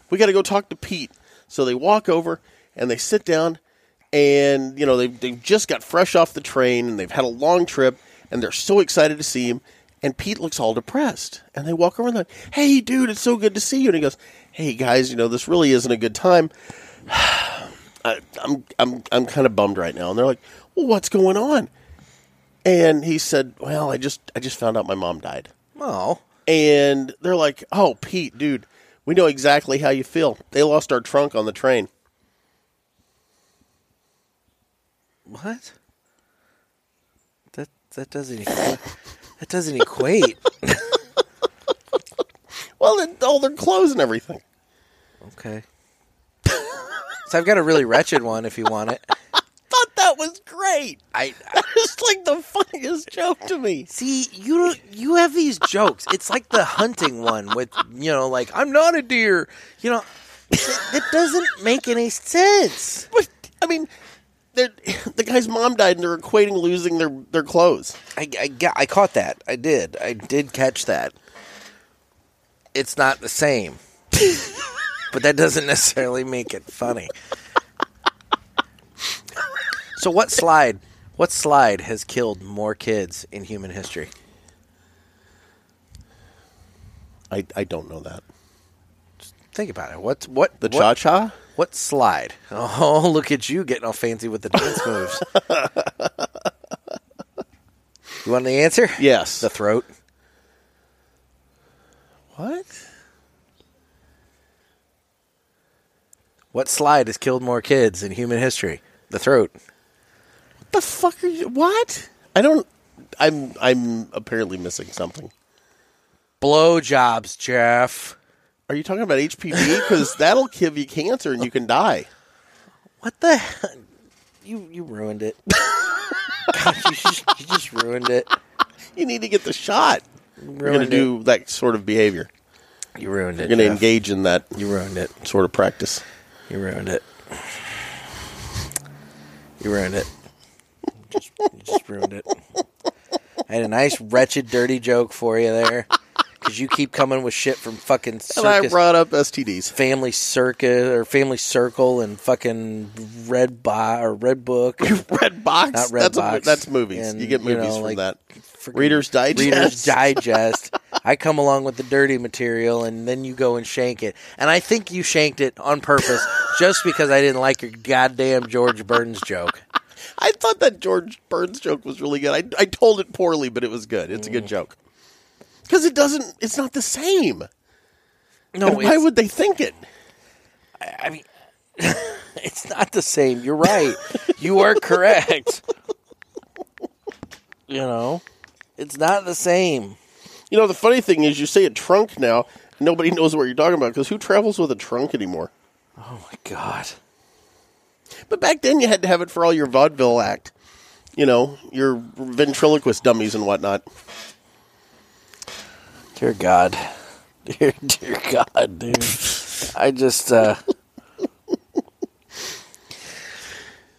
[SPEAKER 3] We got to go talk to Pete." So they walk over and they sit down, and you know they they've just got fresh off the train and they've had a long trip, and they're so excited to see him. And Pete looks all depressed, and they walk over and they're like, "Hey, dude, it's so good to see you." And he goes, "Hey guys, you know this really isn't a good time. I, I'm I'm I'm kind of bummed right now." And they're like, "Well, what's going on?" And he said, "Well, I just I just found out my mom died."
[SPEAKER 2] oh.
[SPEAKER 3] and they're like, "Oh, Pete, dude, we know exactly how you feel. They lost our trunk on the train."
[SPEAKER 2] What? That that doesn't equate. that doesn't equate.
[SPEAKER 3] Well, then all their clothes and everything.
[SPEAKER 2] okay. So I've got a really wretched one if you want it.
[SPEAKER 3] Thought that was great.
[SPEAKER 2] I
[SPEAKER 3] It's like the funniest joke to me.
[SPEAKER 2] See, you don't, you have these jokes. It's like the hunting one with you know, like I'm not a deer. You know, that, that doesn't make any sense.
[SPEAKER 3] But I mean, they're- the guy's mom died, and they're equating losing their their clothes.
[SPEAKER 2] I, I ga- I caught that. I did. I did catch that. It's not the same, but that doesn't necessarily make it funny. So what slide? What slide has killed more kids in human history?
[SPEAKER 3] I I don't know that.
[SPEAKER 2] Think about it. What what
[SPEAKER 3] The
[SPEAKER 2] what-
[SPEAKER 3] cha cha.
[SPEAKER 2] What slide? Oh, look at you getting all fancy with the dance moves. you want the answer?
[SPEAKER 3] Yes.
[SPEAKER 2] The throat.
[SPEAKER 3] what?
[SPEAKER 2] What slide has killed more kids in human history? The throat.
[SPEAKER 3] The fuck are you? What? I don't. I'm I'm apparently missing something.
[SPEAKER 2] Blowjobs, Jeff.
[SPEAKER 3] Are you talking about HPV? Because that'll give you cancer and you can die.
[SPEAKER 2] What the? hell? You you ruined it. God, you, just, you just ruined it.
[SPEAKER 3] You need to get the shot. We're going to do that sort of behavior.
[SPEAKER 2] You ruined it.
[SPEAKER 3] We're going to
[SPEAKER 2] Jeff.
[SPEAKER 3] engage in that
[SPEAKER 2] You ruined it.
[SPEAKER 3] sort of practice.
[SPEAKER 2] You ruined it. You ruined it. Just, you just ruined it. I had a nice, wretched, dirty joke for you there, because you keep coming with shit from fucking
[SPEAKER 3] And I
[SPEAKER 2] circus,
[SPEAKER 3] brought up STDs.
[SPEAKER 2] family circus or family circle and fucking red bot or red book,
[SPEAKER 3] Red Box.
[SPEAKER 2] Not Red
[SPEAKER 3] that's, a-
[SPEAKER 2] Box.
[SPEAKER 3] that's movies.
[SPEAKER 2] And,
[SPEAKER 3] you get
[SPEAKER 2] you
[SPEAKER 3] movies
[SPEAKER 2] know,
[SPEAKER 3] from
[SPEAKER 2] like,
[SPEAKER 3] that.
[SPEAKER 2] freaking
[SPEAKER 3] Reader's Digest.
[SPEAKER 2] Reader's Digest. I come along with the dirty material, and then you go and shank it. And I think you shanked it on purpose, just because I didn't like your goddamn George Burns joke.
[SPEAKER 3] I thought that George Burns joke was really good. I, I told it poorly, but it was good. It's a
[SPEAKER 2] Mm.
[SPEAKER 3] good joke. Because it doesn't, it's not the same.
[SPEAKER 2] No,
[SPEAKER 3] And why
[SPEAKER 2] it's-
[SPEAKER 3] would they think it?
[SPEAKER 2] I mean, it's not the same. You're right. you are correct. you know, it's not the same.
[SPEAKER 3] You know, the funny thing is, you say a trunk now, nobody knows what you're talking about because who travels with a trunk anymore?
[SPEAKER 2] Oh my god.
[SPEAKER 3] But back then, you had to have it for all your vaudeville act, you know, your ventriloquist dummies and whatnot.
[SPEAKER 2] Dear God. Dear dear God, dude. I just uh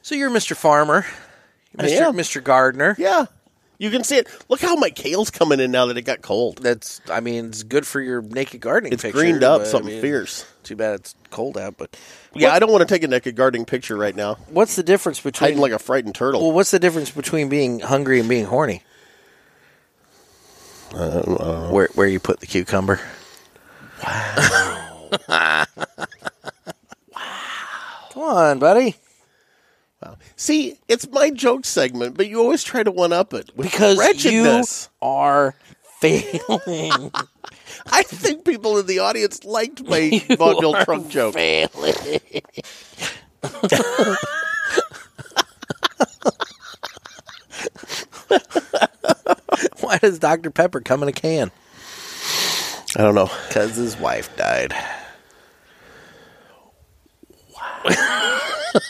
[SPEAKER 2] So you're Mr. Farmer.
[SPEAKER 3] I
[SPEAKER 2] Mr.
[SPEAKER 3] am.
[SPEAKER 2] Mr. Gardner.
[SPEAKER 3] Yeah, you can see it. Look how my kale's coming in now that it got cold.
[SPEAKER 2] That's I mean, it's good for your naked gardening
[SPEAKER 3] It's
[SPEAKER 2] picture,
[SPEAKER 3] greened up
[SPEAKER 2] but, I
[SPEAKER 3] something
[SPEAKER 2] mean,
[SPEAKER 3] fierce.
[SPEAKER 2] Too bad it's cold out, but
[SPEAKER 3] Yeah, I don't want to take a naked gardening picture right now.
[SPEAKER 2] what's the difference between
[SPEAKER 3] Hiding like a frightened
[SPEAKER 2] Well,
[SPEAKER 3] turtle.
[SPEAKER 2] what's the difference between being hungry and being horny? Where where you put the cucumber? Wow! Come on, buddy.
[SPEAKER 3] See, it's my joke segment, but you always try to one up it with
[SPEAKER 2] Because you
[SPEAKER 3] wretchedness.
[SPEAKER 2] are failing.
[SPEAKER 3] I think people in the audience liked my vaudeville trunk joke.
[SPEAKER 2] failing. Why does Dr. Pepper come in a can?
[SPEAKER 3] I don't know.
[SPEAKER 2] Because his wife died.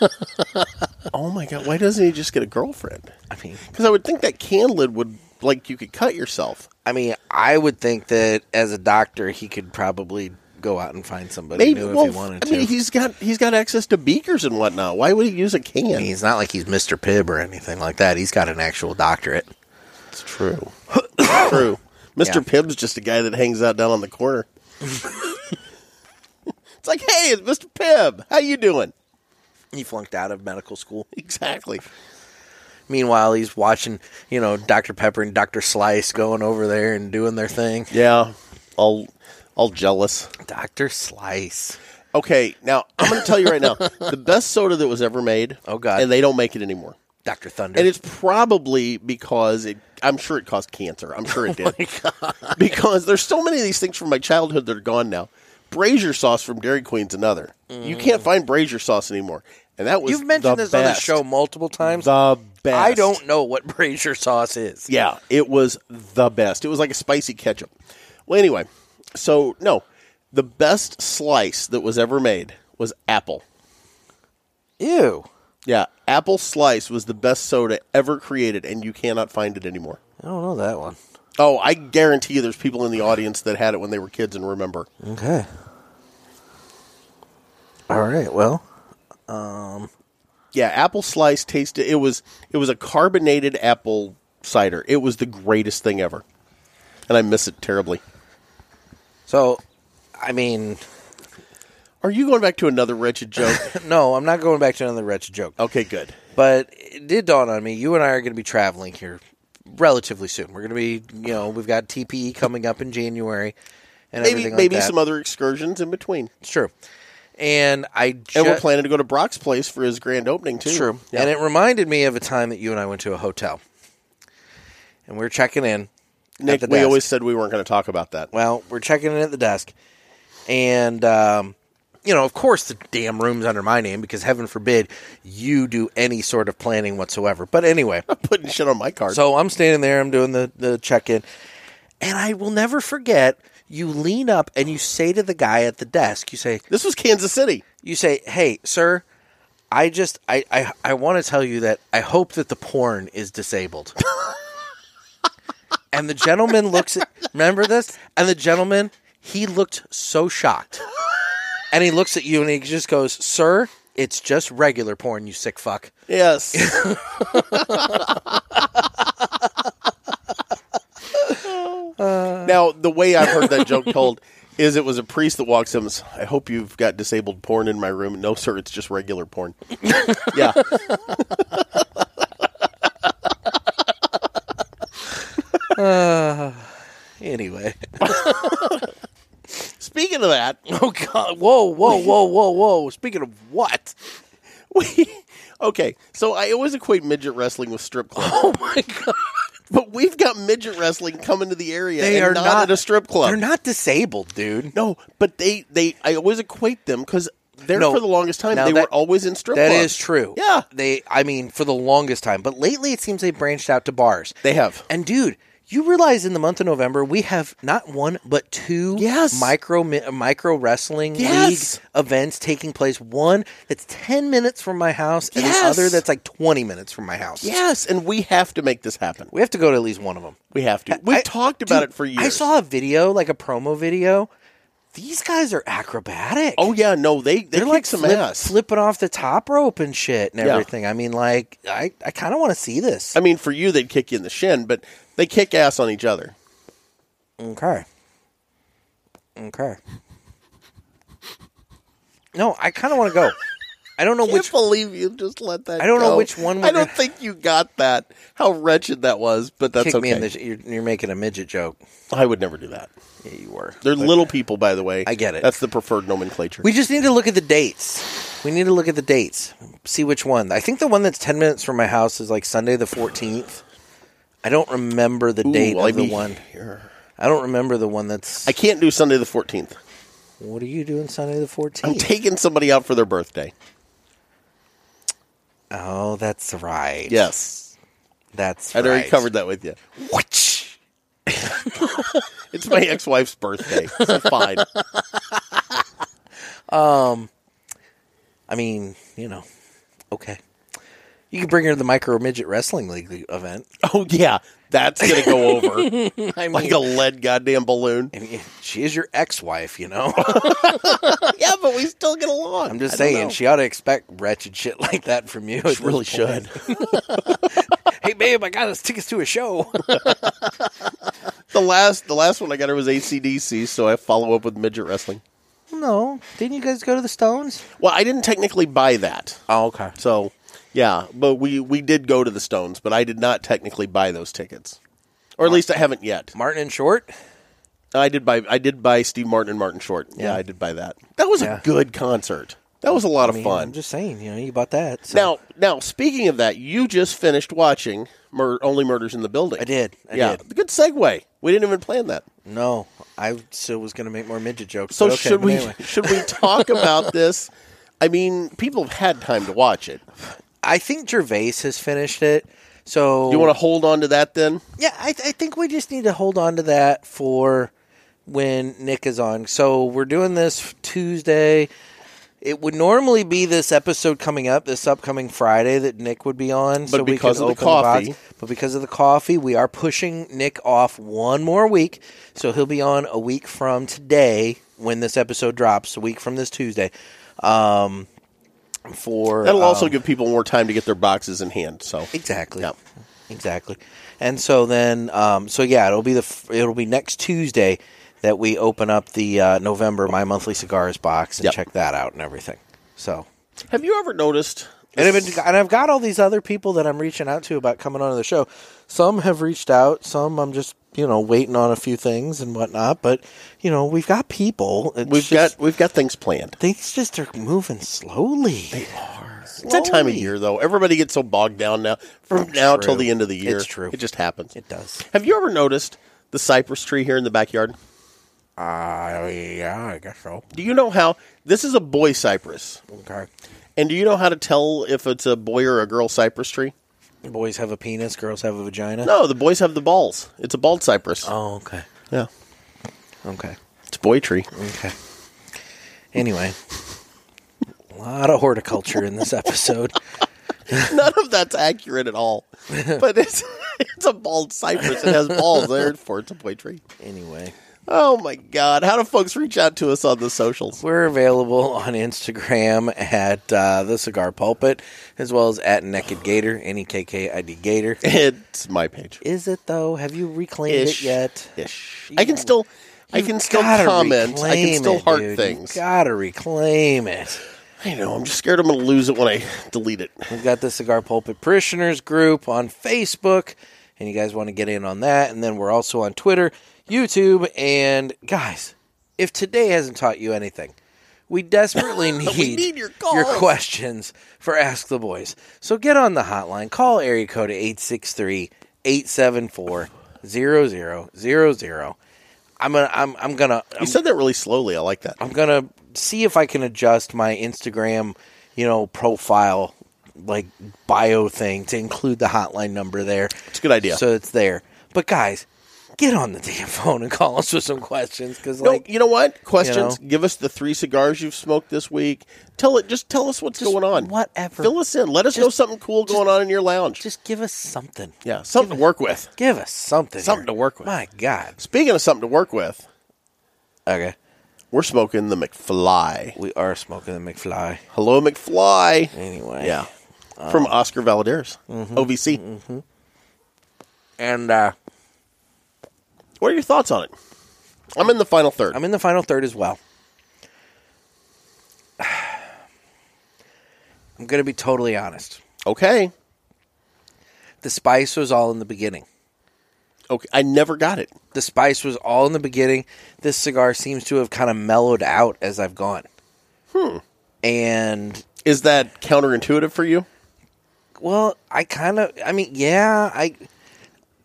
[SPEAKER 3] Oh my god, why doesn't he just get a girlfriend?
[SPEAKER 2] I mean,
[SPEAKER 3] Because I would think that can lid would like you could cut yourself.
[SPEAKER 2] I mean, I would think that as a doctor, he could probably go out and find somebody
[SPEAKER 3] Maybe.
[SPEAKER 2] new
[SPEAKER 3] well,
[SPEAKER 2] if he wanted
[SPEAKER 3] I mean,
[SPEAKER 2] to.
[SPEAKER 3] he's got he's got access to beakers and whatnot. Why would he use a
[SPEAKER 2] I mean,
[SPEAKER 3] can?
[SPEAKER 2] he's not like he's Mr. Pibb or anything like that. He's got an actual doctorate.
[SPEAKER 3] It's true. true. Mr.
[SPEAKER 2] Yeah.
[SPEAKER 3] Pibb's just a guy that hangs out down on the corner. it's like, hey, it's Mr. Pibb. How you doing?
[SPEAKER 2] He flunked out of medical school.
[SPEAKER 3] Exactly.
[SPEAKER 2] Meanwhile, he's watching, you know, Dr. Pepper and Dr. Slice going over there and doing their thing.
[SPEAKER 3] Yeah. All all jealous.
[SPEAKER 2] Dr. Slice.
[SPEAKER 3] Okay, now I'm going to tell you right now, the best soda that was ever made.
[SPEAKER 2] Oh, God.
[SPEAKER 3] And they don't make it anymore.
[SPEAKER 2] Dr. Thunder.
[SPEAKER 3] And it's probably because it. I'm sure it caused cancer. I'm sure it
[SPEAKER 2] Oh,
[SPEAKER 3] did. Because there's so many of these things from my childhood that are gone now. Brazier sauce from Dairy Queen's another. You can't find Brazier sauce anymore, and that was
[SPEAKER 2] Mm. You've mentioned
[SPEAKER 3] the
[SPEAKER 2] this on the
[SPEAKER 3] best.
[SPEAKER 2] show multiple times.
[SPEAKER 3] The best.
[SPEAKER 2] I don't know what Brazier sauce is.
[SPEAKER 3] Yeah, it was the best. It was like a spicy ketchup. Well, anyway, so no, the best slice that was ever made was apple.
[SPEAKER 2] Ew.
[SPEAKER 3] Yeah, apple slice was the best soda ever created, and you cannot find it anymore.
[SPEAKER 2] I don't know that one.
[SPEAKER 3] Oh, I guarantee you there's people in the audience that had it when they were kids and remember.
[SPEAKER 2] Okay. All right. Well,
[SPEAKER 3] Yeah, apple slice tasted it was it was a carbonated apple cider. It was the greatest thing ever. And I miss it terribly.
[SPEAKER 2] so I mean,
[SPEAKER 3] Are you going back to another wretched joke?
[SPEAKER 2] no, I'm not going back to another wretched joke.
[SPEAKER 3] okay, good.
[SPEAKER 2] But it did dawn on me. You and I are going to be traveling here relatively soon. We're going to be, you know, we've got TPE coming up in January, and
[SPEAKER 3] Maybe
[SPEAKER 2] everything like
[SPEAKER 3] maybe
[SPEAKER 2] that.
[SPEAKER 3] some other excursions in between.
[SPEAKER 2] It's true. And I ju-
[SPEAKER 3] And we're planning to go to Brock's place for his grand opening too.
[SPEAKER 2] It's true.
[SPEAKER 3] Yeah.
[SPEAKER 2] And it reminded me of a time that you and I went to a hotel, and we were checking in.
[SPEAKER 3] Nick,
[SPEAKER 2] the
[SPEAKER 3] we
[SPEAKER 2] desk.
[SPEAKER 3] always said we weren't going to talk about that.
[SPEAKER 2] Well, we're checking in at the desk, and um, you know, of course, the damn room's under my name because heaven forbid you do any sort of planning whatsoever. But anyway,
[SPEAKER 3] Putting shit on my card.
[SPEAKER 2] so I'm standing there, I'm doing the the check in, and I will never forget. You lean up and you say to the guy at the desk, you say,
[SPEAKER 3] this was Kansas City.
[SPEAKER 2] you say, "Hey, sir." I just I I, I want to tell you that I hope that the porn is disabled. and the gentleman looks at remember this? And the gentleman, he looked so shocked. And he looks at you and he just goes, "Sir, it's just regular porn, you sick fuck."
[SPEAKER 3] Yes. now, the way I've heard that joke told is it was a priest that walks in and says, I hope you've got disabled porn in my room. No, sir, it's just regular porn. yeah.
[SPEAKER 2] Anyway.
[SPEAKER 3] Speaking of that,
[SPEAKER 2] Oh god. Whoa, whoa, whoa, whoa, whoa. Speaking of what?
[SPEAKER 3] we Okay, so I always equate midget wrestling with strip club,
[SPEAKER 2] Oh my god.
[SPEAKER 3] but we've got midget wrestling coming to the area.
[SPEAKER 2] They
[SPEAKER 3] and
[SPEAKER 2] are
[SPEAKER 3] not,
[SPEAKER 2] not
[SPEAKER 3] at a strip club.
[SPEAKER 2] They're not disabled, dude.
[SPEAKER 3] No, but they they I always equate them because they're
[SPEAKER 2] No.
[SPEAKER 3] for the longest time
[SPEAKER 2] Now
[SPEAKER 3] they
[SPEAKER 2] that-
[SPEAKER 3] were always in strip
[SPEAKER 2] That
[SPEAKER 3] clubs.
[SPEAKER 2] is true.
[SPEAKER 3] Yeah,
[SPEAKER 2] They I mean for the longest time, but lately it seems they branched out to bars.
[SPEAKER 3] they have.
[SPEAKER 2] And dude, you realize in the month of November we have not one but two
[SPEAKER 3] Yes.
[SPEAKER 2] micro mi- micro wrestling
[SPEAKER 3] Yes.
[SPEAKER 2] league events taking place. One that's 10 minutes from my house and
[SPEAKER 3] Yes.
[SPEAKER 2] the other that's like 20 minutes from my house.
[SPEAKER 3] Yes, and we have to make this happen.
[SPEAKER 2] We have to go to at least one of them.
[SPEAKER 3] We have to. We've
[SPEAKER 2] I-
[SPEAKER 3] talked about
[SPEAKER 2] dude,
[SPEAKER 3] it for years.
[SPEAKER 2] I saw a video, like a promo video. These guys are acrobatic.
[SPEAKER 3] Oh yeah, no, they they
[SPEAKER 2] They're
[SPEAKER 3] kick
[SPEAKER 2] like
[SPEAKER 3] some
[SPEAKER 2] flip-
[SPEAKER 3] ass.
[SPEAKER 2] flipping off the top rope and shit and
[SPEAKER 3] Yeah.
[SPEAKER 2] everything. I mean, like, I, I kind of want to see this.
[SPEAKER 3] I mean, for you, they'd kick you in the shin, but they kick ass on each other.
[SPEAKER 2] Okay. Okay. No, I kind of want to go. I don't know
[SPEAKER 3] Can't
[SPEAKER 2] which.
[SPEAKER 3] believe you just let that.
[SPEAKER 2] I don't know
[SPEAKER 3] go.
[SPEAKER 2] which one we're
[SPEAKER 3] I don't
[SPEAKER 2] gonna-
[SPEAKER 3] think you got that. How wretched that was, but that's
[SPEAKER 2] kick
[SPEAKER 3] okay.
[SPEAKER 2] me in the. sh- You're, you're making a midget joke.
[SPEAKER 3] I would never do that.
[SPEAKER 2] Yeah, you were.
[SPEAKER 3] They're little people, by the way.
[SPEAKER 2] I get it.
[SPEAKER 3] That's the preferred nomenclature.
[SPEAKER 2] We just need to look at the dates. We need to look at the dates. See which one. I think the one that's ten minutes from my house is like Sunday the fourteenth. I don't remember the
[SPEAKER 3] Ooh,
[SPEAKER 2] date
[SPEAKER 3] I'll
[SPEAKER 2] of the
[SPEAKER 3] be
[SPEAKER 2] one.
[SPEAKER 3] here.
[SPEAKER 2] I don't remember the one that's.
[SPEAKER 3] I can't do Sunday the fourteenth.
[SPEAKER 2] what are you doing Sunday the
[SPEAKER 3] I'm
[SPEAKER 2] fourteenth?
[SPEAKER 3] taking somebody out for their birthday.
[SPEAKER 2] oh, that's right.
[SPEAKER 3] Yes,
[SPEAKER 2] that's.
[SPEAKER 3] I'd
[SPEAKER 2] right.
[SPEAKER 3] already covered that with you.
[SPEAKER 2] Whatch!
[SPEAKER 3] It's my ex-wife's birthday. So fine.
[SPEAKER 2] I mean, you know, okay. You can bring her to the micro midget wrestling league event.
[SPEAKER 3] Oh yeah, that's gonna go over
[SPEAKER 2] I mean,
[SPEAKER 3] like a lead goddamn balloon.
[SPEAKER 2] I mean, she is your ex-wife, you know.
[SPEAKER 3] Yeah, but we still get along.
[SPEAKER 2] I'm just
[SPEAKER 3] I don't
[SPEAKER 2] saying,
[SPEAKER 3] know.
[SPEAKER 2] she ought to expect wretched shit like that from you.
[SPEAKER 3] She really should.
[SPEAKER 2] hey, babe, I got us tickets to a show.
[SPEAKER 3] The last, the last one I got her was ACDC, so I follow up with midget wrestling.
[SPEAKER 2] no, didn't you guys go to the Stones?
[SPEAKER 3] Well, I didn't technically buy that,
[SPEAKER 2] Oh, okay.
[SPEAKER 3] so yeah, but we we did go to the Stones, but I did not technically buy those tickets, or at least I haven't yet.
[SPEAKER 2] Martin and Short.
[SPEAKER 3] I did buy I did buy Steve Martin and Martin Short. Yeah,
[SPEAKER 2] Yeah.
[SPEAKER 3] I did buy that. That was
[SPEAKER 2] Yeah.
[SPEAKER 3] a good concert. That was a lot of
[SPEAKER 2] I mean,
[SPEAKER 3] fun.
[SPEAKER 2] I'm just saying, you know, you bought that. so-
[SPEAKER 3] Now, now speaking of that, you just finished watching Mur- Only Murders in the Building.
[SPEAKER 2] I did. I
[SPEAKER 3] yeah,
[SPEAKER 2] did.
[SPEAKER 3] good segue. We didn't even plan that.
[SPEAKER 2] No, I still was going to make more midget jokes.
[SPEAKER 3] So
[SPEAKER 2] but okay,
[SPEAKER 3] should
[SPEAKER 2] but
[SPEAKER 3] we
[SPEAKER 2] anyway.
[SPEAKER 3] should we talk about this? I mean, people have had time to watch it.
[SPEAKER 2] I think Gervais has finished it. So
[SPEAKER 3] You want to hold on to that then?
[SPEAKER 2] Yeah, I, th- I think we just need to hold on to that for when Nick is on. So we're doing this Tuesday. It would normally be this episode coming up this upcoming Friday that Nick would be on. But so we
[SPEAKER 3] because
[SPEAKER 2] could
[SPEAKER 3] of
[SPEAKER 2] open
[SPEAKER 3] the
[SPEAKER 2] box.
[SPEAKER 3] coffee-
[SPEAKER 2] but because of the coffee, we are pushing Nick off one more week. So he'll be on a week from today when this episode drops, a week from this Tuesday. Um, for
[SPEAKER 3] That'll
[SPEAKER 2] um,
[SPEAKER 3] also give people more time to get their boxes in hand. So
[SPEAKER 2] Exactly.
[SPEAKER 3] Yeah.
[SPEAKER 2] Exactly. And so then, um, so yeah, it'll be the f- it'll be next Tuesday that we open up the uh, November My Monthly Cigars box and
[SPEAKER 3] Yep.
[SPEAKER 2] check that out and everything. So.
[SPEAKER 3] have you ever noticed?
[SPEAKER 2] And I've, been, and I've got all these other people that I'm reaching out to about coming onto the show. Some have reached out. Some I'm just you know waiting on a few things and whatnot. But you know we've got people. It's
[SPEAKER 3] We've
[SPEAKER 2] just,
[SPEAKER 3] got we've got things planned.
[SPEAKER 2] things just are moving slowly. They are.
[SPEAKER 3] It's that time of year, though. Everybody gets so bogged down now. From now till the end of the year,
[SPEAKER 2] It's true.
[SPEAKER 3] It just happens.
[SPEAKER 2] It does.
[SPEAKER 3] Have you ever noticed the cypress tree here in the backyard?
[SPEAKER 2] Uh, yeah, I guess so.
[SPEAKER 3] Do you know how this is a boy cypress?
[SPEAKER 2] Okay.
[SPEAKER 3] And do you know how to tell if it's a boy or a girl cypress tree?
[SPEAKER 2] Boys have a penis, girls have a vagina.
[SPEAKER 3] No, the boys have the balls. It's a bald cypress.
[SPEAKER 2] Oh, okay.
[SPEAKER 3] Yeah,
[SPEAKER 2] Okay.
[SPEAKER 3] it's a boy tree.
[SPEAKER 2] Okay. Anyway, a lot of horticulture in this episode.
[SPEAKER 3] None of that's accurate at all. But it's it's a bald cypress. It has balls. Therefore, it's a boy tree.
[SPEAKER 2] Anyway,
[SPEAKER 3] Oh my God! How do folks reach out to us on the socials?
[SPEAKER 2] we're available on Instagram at uh, the Cigar Pulpit, as well as at Naked Gator, N E K K I D Gator.
[SPEAKER 3] It's my page.
[SPEAKER 2] Is it though? Have you reclaimed
[SPEAKER 3] Ish.
[SPEAKER 2] it yet?
[SPEAKER 3] Ish. I can still, I
[SPEAKER 2] You've
[SPEAKER 3] can still
[SPEAKER 2] gotta
[SPEAKER 3] comment. I
[SPEAKER 2] reclaim
[SPEAKER 3] can still
[SPEAKER 2] it,
[SPEAKER 3] heart
[SPEAKER 2] dude.
[SPEAKER 3] things.
[SPEAKER 2] You gotta reclaim it.
[SPEAKER 3] I know. I'm just scared I'm going to lose it when I delete it.
[SPEAKER 2] We've got the Cigar Pulpit Parishioners group on Facebook, and you guys want to get in on that. And then we're also on Twitter, YouTube, and guys, if today hasn't taught you anything, We desperately need,
[SPEAKER 3] need your calls.
[SPEAKER 2] questions for Ask the Boys. So get on the hotline. Call area code 863 874 0000. I'm gonna I'm I'm gonna
[SPEAKER 3] You
[SPEAKER 2] I'm,
[SPEAKER 3] said that really slowly. I like that.
[SPEAKER 2] I'm gonna see if I can adjust my Instagram, you know, profile like bio thing to include the hotline number there.
[SPEAKER 3] It's a good idea.
[SPEAKER 2] So it's there. But guys, get on the damn phone and call us with some questions because
[SPEAKER 3] no,
[SPEAKER 2] like
[SPEAKER 3] you know what? Questions.
[SPEAKER 2] you
[SPEAKER 3] Give us the three cigars you've smoked this week. Tell it. Just tell us what's
[SPEAKER 2] Just
[SPEAKER 3] going on.
[SPEAKER 2] whatever.
[SPEAKER 3] Fill us in. Let us know
[SPEAKER 2] Just-
[SPEAKER 3] something cool
[SPEAKER 2] just-
[SPEAKER 3] going on in your lounge.
[SPEAKER 2] just give us something.
[SPEAKER 3] yeah, something to work with.
[SPEAKER 2] Give us something.
[SPEAKER 3] Something to work with.
[SPEAKER 2] My God.
[SPEAKER 3] Speaking of something to work with,
[SPEAKER 2] Okay.
[SPEAKER 3] we're smoking the McFly.
[SPEAKER 2] We are smoking the McFly.
[SPEAKER 3] Hello, McFly.
[SPEAKER 2] Anyway.
[SPEAKER 3] Yeah,
[SPEAKER 2] Oh.
[SPEAKER 3] from Oscar Valadares,
[SPEAKER 2] Mm-hmm.
[SPEAKER 3] OVC.
[SPEAKER 2] And uh
[SPEAKER 3] What are your thoughts on it? I'm in the final 3rd
[SPEAKER 2] I'm in the final third as well. I'm gonna be totally honest.
[SPEAKER 3] okay.
[SPEAKER 2] The spice was all in the beginning.
[SPEAKER 3] Okay. I never got it.
[SPEAKER 2] The spice was all in the beginning. This cigar seems to have kind of mellowed out as I've gone. Hmm. And
[SPEAKER 3] Is that counterintuitive for you?
[SPEAKER 2] well, I kind of I mean, yeah, I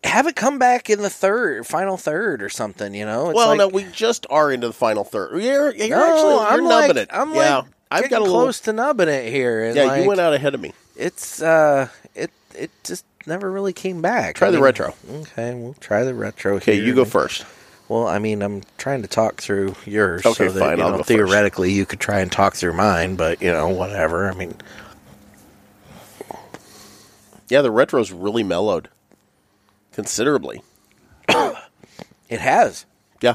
[SPEAKER 2] have it come back in the third, final third or something, you know? It's
[SPEAKER 3] well,
[SPEAKER 2] like-
[SPEAKER 3] no, we just are into the final third. You're, you're
[SPEAKER 2] No,
[SPEAKER 3] actually you're
[SPEAKER 2] I'm like,
[SPEAKER 3] nubbing it.
[SPEAKER 2] I'm
[SPEAKER 3] yeah,
[SPEAKER 2] like
[SPEAKER 3] I've
[SPEAKER 2] getting
[SPEAKER 3] got a
[SPEAKER 2] close to nubbing it here. And
[SPEAKER 3] Little, yeah,
[SPEAKER 2] like,
[SPEAKER 3] you went out ahead of me.
[SPEAKER 2] It's uh it it just never really came back.
[SPEAKER 3] Try
[SPEAKER 2] I
[SPEAKER 3] the
[SPEAKER 2] mean-
[SPEAKER 3] retro.
[SPEAKER 2] Okay, we'll try the retro
[SPEAKER 3] Okay,
[SPEAKER 2] here.
[SPEAKER 3] you go first.
[SPEAKER 2] Well, I mean, I'm trying to talk through yours.
[SPEAKER 3] Okay,
[SPEAKER 2] so that,
[SPEAKER 3] fine,
[SPEAKER 2] You
[SPEAKER 3] I'll
[SPEAKER 2] know,
[SPEAKER 3] go first.
[SPEAKER 2] theoretically, you could try and talk through mine, but you know, whatever. I mean,
[SPEAKER 3] Yeah, the retro's really mellowed considerably.
[SPEAKER 2] it has.
[SPEAKER 3] Yeah.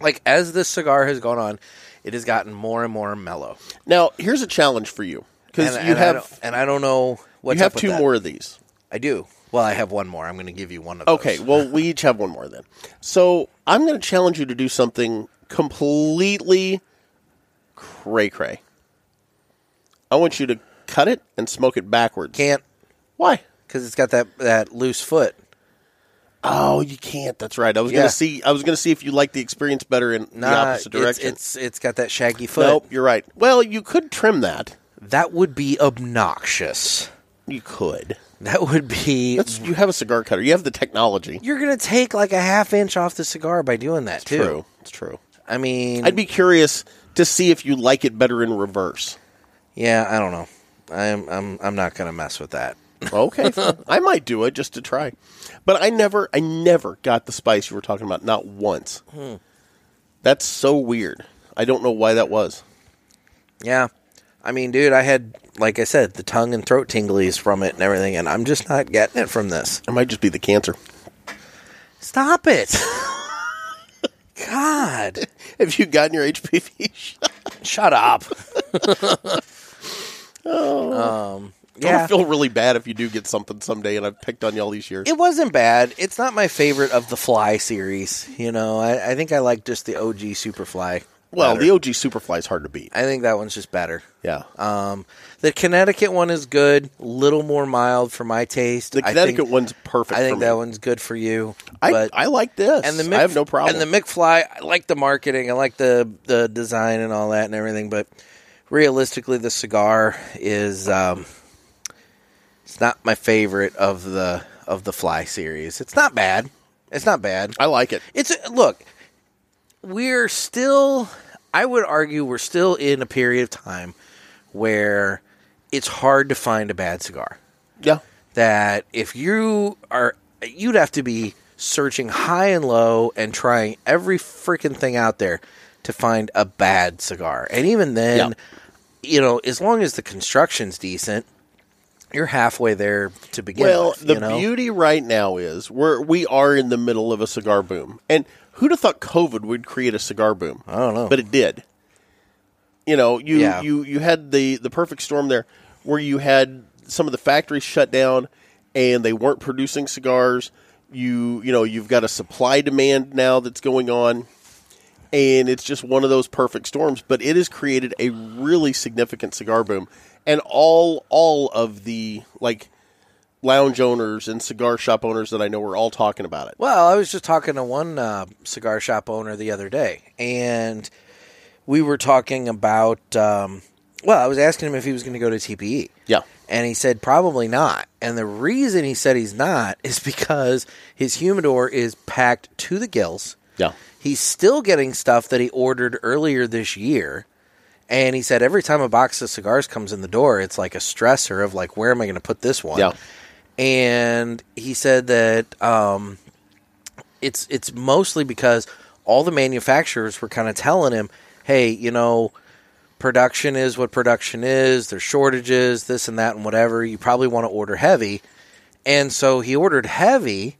[SPEAKER 2] Like as this cigar has gone on, it has gotten more and more mellow.
[SPEAKER 3] Now here's a challenge for you because
[SPEAKER 2] And-
[SPEAKER 3] you
[SPEAKER 2] and I
[SPEAKER 3] have
[SPEAKER 2] don't- and I don't know what's
[SPEAKER 3] you have
[SPEAKER 2] up with
[SPEAKER 3] two
[SPEAKER 2] that.
[SPEAKER 3] more of these.
[SPEAKER 2] I do. Well, I have one more. I'm going to give you one of those.
[SPEAKER 3] Okay, well we each have one more then. So I'm going to challenge you to do something completely cray cray. I want you to cut it and smoke it backwards.
[SPEAKER 2] can't
[SPEAKER 3] Why?
[SPEAKER 2] because it's got that that loose foot.
[SPEAKER 3] Oh, you can't. That's right. I was
[SPEAKER 2] Yeah.
[SPEAKER 3] gonna see. I was gonna see if you like the experience better in
[SPEAKER 2] Nah,
[SPEAKER 3] the opposite
[SPEAKER 2] it's-
[SPEAKER 3] direction.
[SPEAKER 2] It's, it's got that shaggy foot.
[SPEAKER 3] nope, you're right. Well, you could trim that.
[SPEAKER 2] That would be obnoxious.
[SPEAKER 3] You could.
[SPEAKER 2] That would be.
[SPEAKER 3] That's you have a cigar cutter. You have the technology.
[SPEAKER 2] you're gonna take like a half inch off the cigar by doing that too.
[SPEAKER 3] True. It's true.
[SPEAKER 2] I mean,
[SPEAKER 3] I'd be curious to see if you like it better in reverse.
[SPEAKER 2] Yeah, I don't know. I'm I'm I'm not gonna mess with that.
[SPEAKER 3] Okay, fine. I might do it just to try. But I never, I never got the spice you were talking about. Not once.
[SPEAKER 2] Hmm.
[SPEAKER 3] That's so weird. I don't know why that was.
[SPEAKER 2] Yeah, I mean, dude, I had like I said, the tongue and throat tinglies from it and everything, and I'm just not getting it from this.
[SPEAKER 3] It might just be the cancer.
[SPEAKER 2] Stop it. God,
[SPEAKER 3] Have you gotten your HPV shot?
[SPEAKER 2] shut up.
[SPEAKER 3] I
[SPEAKER 2] Um, Yeah.
[SPEAKER 3] Oh. feel really bad if you do get something someday, and I've picked on you all these years.
[SPEAKER 2] It wasn't bad. It's not my favorite of the Fly series. You know, I, I think I like just the OG Superfly.
[SPEAKER 3] well,
[SPEAKER 2] better.
[SPEAKER 3] the OG Superfly is hard to beat.
[SPEAKER 2] I think that one's just better.
[SPEAKER 3] Yeah,
[SPEAKER 2] Um, the Connecticut one is good, little more mild for my taste.
[SPEAKER 3] the
[SPEAKER 2] I think-
[SPEAKER 3] Connecticut one's perfect.
[SPEAKER 2] I think
[SPEAKER 3] for me.
[SPEAKER 2] that one's good for you.
[SPEAKER 3] I,
[SPEAKER 2] but-
[SPEAKER 3] I like this,
[SPEAKER 2] and the
[SPEAKER 3] I have no problem.
[SPEAKER 2] And the McFly, I like the marketing, I like the the design and all that and everything, but realistically, the cigar is um, it's not my favorite of the of the Fly series. It's not bad. It's not bad.
[SPEAKER 3] I like it.
[SPEAKER 2] It's a, look, we're still. I would argue we're still in a period of time where it's hard to find a bad cigar
[SPEAKER 3] Yeah,
[SPEAKER 2] that if you are you'd have to be searching high and low and trying every freaking thing out there to find a bad cigar. And even then, you know, as long as the construction's decent, you're halfway there to begin
[SPEAKER 3] Well,
[SPEAKER 2] with.
[SPEAKER 3] the
[SPEAKER 2] you know?
[SPEAKER 3] beauty right now is we're we are in the middle of a cigar boom, and who'd have thought COVID would create a cigar boom? I
[SPEAKER 2] don't know.
[SPEAKER 3] but it did. You know, you
[SPEAKER 2] Yeah.
[SPEAKER 3] you you had the the perfect storm there, where you had some of the factories shut down, and they weren't producing cigars. You you know you've got a supply demand now that's going on, and it's just one of those perfect storms. But it has created a really significant cigar boom, and all all of the like lounge owners and cigar shop owners that I know are all talking about it.
[SPEAKER 2] Well, I was just talking to one uh, cigar shop owner the other day, and we were talking about. Um, well, I was asking him if he was going to go to TPE.
[SPEAKER 3] Yeah.
[SPEAKER 2] And he said probably not. And the reason he said he's not is because his humidor is packed to the gills.
[SPEAKER 3] Yeah.
[SPEAKER 2] He's still getting stuff that he ordered earlier this year. And he said every time a box of cigars comes in the door, it's like a stressor of like, where am I going to put this one?
[SPEAKER 3] Yeah.
[SPEAKER 2] And he said that um, it's it's mostly because all the manufacturers were kind of telling him, hey, you know, production is what production is. There's shortages, this and that, and whatever. You probably want to order heavy. And so he ordered heavy.